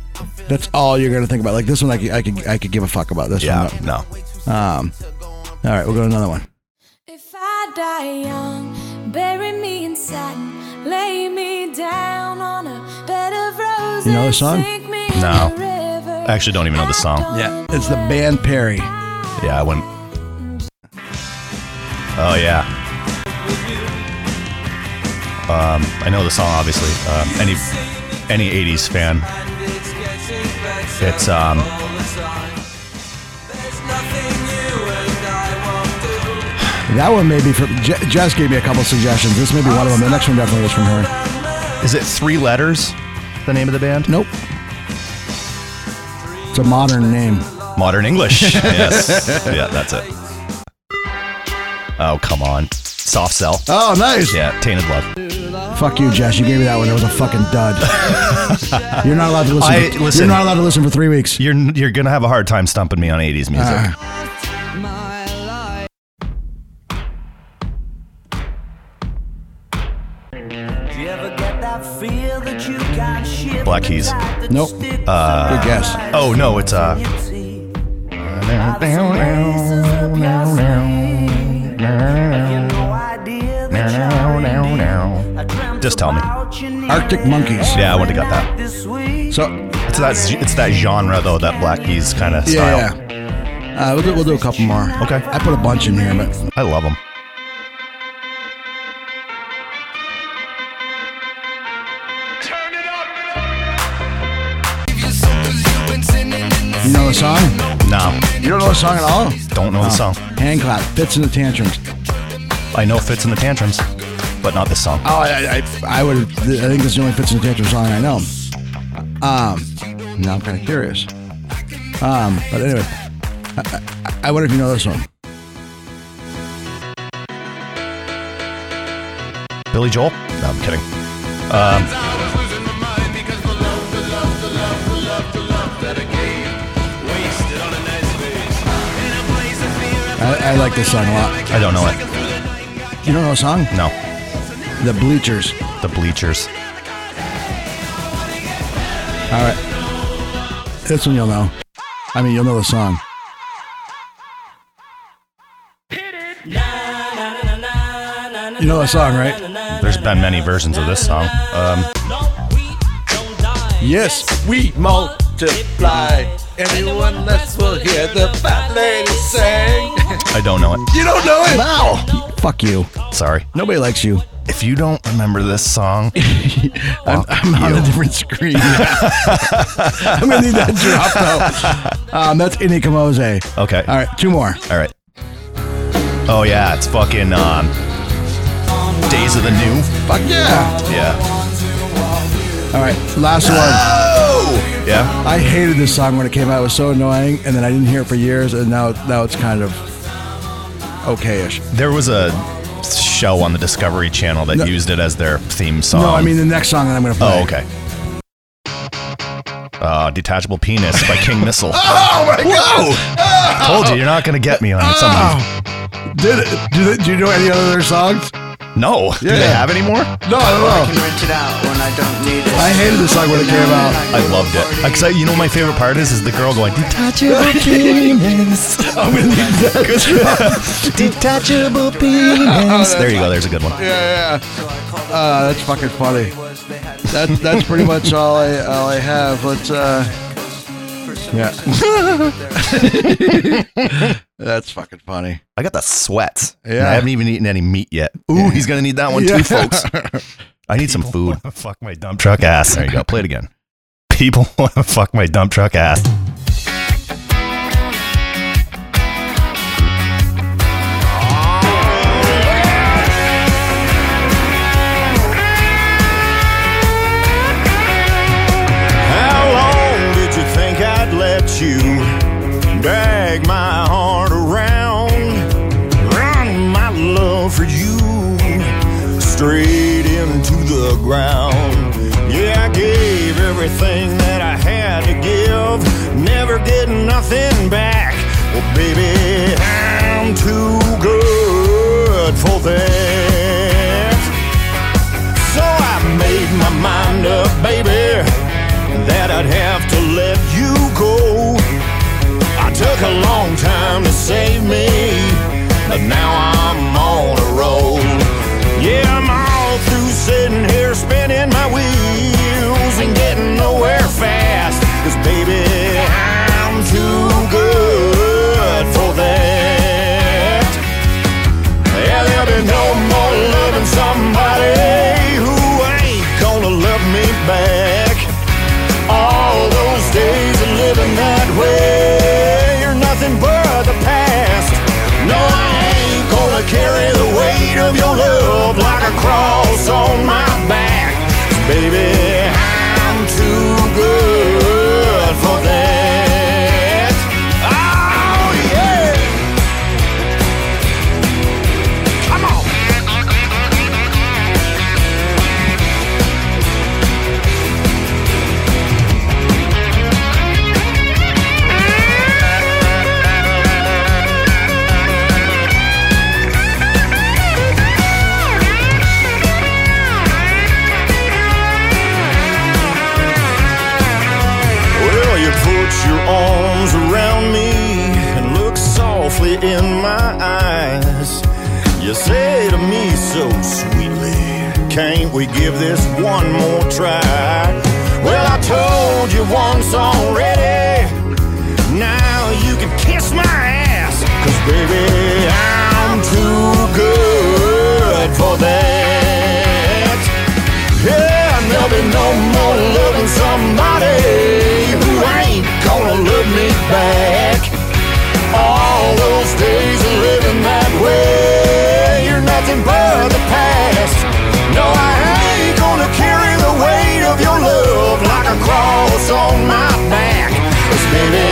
[SPEAKER 1] that's all you're gonna think about like this one I could I could, I could give a fuck about this
[SPEAKER 2] Yeah,
[SPEAKER 1] one
[SPEAKER 2] no
[SPEAKER 1] um all right we'll go to another one
[SPEAKER 6] If I die young, bury me in satin, lay me down on a bed of roses.
[SPEAKER 1] you know this song
[SPEAKER 2] No, I actually don't even know the song.
[SPEAKER 1] yeah it's the band Perry
[SPEAKER 2] Yeah, I wouldn't. Oh yeah, Um, I know the song, obviously. Um, any any '80s fan. It's um,
[SPEAKER 1] That one may be from. Je- Jess gave me a couple suggestions. This may be one of them. The next one definitely is from her.
[SPEAKER 2] is it three letters? The name of the band?
[SPEAKER 1] Nope. It's a modern name.
[SPEAKER 2] Modern English. yes. Yeah, that's it. Oh come on, soft sell.
[SPEAKER 1] Oh, nice.
[SPEAKER 2] Yeah, tainted love.
[SPEAKER 1] Fuck you, Jess. You gave me that one. That was a fucking dud. you're not allowed to listen.
[SPEAKER 2] I-
[SPEAKER 1] to,
[SPEAKER 2] listen.
[SPEAKER 1] You're not allowed to listen for three weeks.
[SPEAKER 2] You're you're gonna have a hard time stumping me on '80s music.
[SPEAKER 1] Ah.
[SPEAKER 2] Black Keys.
[SPEAKER 1] Nope.
[SPEAKER 2] Uh,
[SPEAKER 1] Good guess.
[SPEAKER 2] Oh no, it's uh. Just tell me.
[SPEAKER 1] Arctic Monkeys.
[SPEAKER 2] Yeah, I wouldn't have got that.
[SPEAKER 1] So
[SPEAKER 2] it's that it's that genre though, that Black Keys kind of style.
[SPEAKER 1] Yeah, yeah. Uh, we'll, do, we'll do a couple more.
[SPEAKER 2] Okay.
[SPEAKER 1] I put a bunch in here, but
[SPEAKER 2] I love them.
[SPEAKER 1] you know the song?
[SPEAKER 2] No.
[SPEAKER 1] You don't know the song at all?
[SPEAKER 2] Don't know the song.
[SPEAKER 1] Hand clap, fits in the tantrums.
[SPEAKER 2] I know Fits in the Tantrums, but not this song.
[SPEAKER 1] Oh, I, I, I would. I think this is the only fits in the tantrums song I know. Um, now I'm kind of curious. Um, but anyway, I, I, I wonder if you know this one.
[SPEAKER 2] Billy Joel? No, I'm kidding. Um,
[SPEAKER 1] I, I like this song a lot.
[SPEAKER 2] I don't know it.
[SPEAKER 1] You don't know the song?
[SPEAKER 2] No.
[SPEAKER 1] The Bleachers.
[SPEAKER 2] The Bleachers.
[SPEAKER 1] All right. This one you'll know. I mean, you'll know the song. You know the song, right?
[SPEAKER 2] There's been many versions of this song. Um,
[SPEAKER 1] Yes,
[SPEAKER 3] we multiply. Everyone else will hear the fat lady sing.
[SPEAKER 2] I don't know it.
[SPEAKER 3] You don't know it?
[SPEAKER 1] No. Fuck you.
[SPEAKER 2] Sorry.
[SPEAKER 1] Nobody likes you.
[SPEAKER 2] If you don't remember this song,
[SPEAKER 1] I'm, I'm on a different screen. I'm gonna need that drop though. Um, that's Inikamoze.
[SPEAKER 2] Okay.
[SPEAKER 1] All right, two more.
[SPEAKER 2] All right. Oh yeah, it's fucking um, Days of the New.
[SPEAKER 1] Fuck yeah.
[SPEAKER 2] Yeah.
[SPEAKER 1] All right, last one.
[SPEAKER 2] Yeah.
[SPEAKER 1] I hated this song when it came out. It was so annoying, and then I didn't hear it for years, and now now it's kind of okay-ish.
[SPEAKER 2] There was a show on the Discovery Channel that used it as their theme song.
[SPEAKER 1] No, I mean the next song that I'm gonna play.
[SPEAKER 2] Oh, okay. Uh, Detachable Penis by King Missile.
[SPEAKER 1] Oh my
[SPEAKER 2] Whoa! Told you, you're not going to get me on it. Somebody.
[SPEAKER 1] Did it, do, they, do you know any other songs?
[SPEAKER 2] No. Do they
[SPEAKER 1] Yeah.
[SPEAKER 2] have any more?
[SPEAKER 1] No, I don't know. I hated this song when it came out.
[SPEAKER 2] I loved it. Because I, you know, my favorite part is is the girl going detachable penis.
[SPEAKER 1] I'm gonna need
[SPEAKER 2] that. detachable penis. There you go. There's a good one.
[SPEAKER 1] Yeah, yeah. Uh, that's fucking funny. That, that's pretty much all I all I have. Let's. Uh, yeah. that's fucking funny.
[SPEAKER 2] I got the sweats. and
[SPEAKER 1] Yeah.
[SPEAKER 2] I haven't even eaten any meat yet. Ooh, he's gonna need that one
[SPEAKER 1] Yeah.
[SPEAKER 2] too, folks. I need some food. Fuck my dump truck ass. There you go. Play it again. People want to fuck my dump truck ass.
[SPEAKER 5] How long did you think I'd let you drag my heart around? Run my love for you straight into the ground. Yeah, I gave everything that I had to give, never get nothing back. Well, baby, I'm too good for that. So I made my mind up, baby, that I'd have to let you go. I took a long time to save me, but now I'm on a roll. Yeah, I'm all through sitting here spinning my wheels and getting nowhere fast. Cause baby, I'm too good for that. Yeah, there'll be no more.
[SPEAKER 2] Baby, I'm too good for that. Oh, yeah. Come on. Well, you put your arms around me and look softly in my eyes. You say to me so sweetly, Can't we give this one more try? Well, I told you once already. Now you can kiss my ass. Cause baby, I'm too good for that. Yeah, and there'll be no more loving somebody who ain't gonna love me back. All those days of living that way, you're nothing but the past. No, I ain't gonna carry the weight of your love like a cross on my back. 'Cause baby,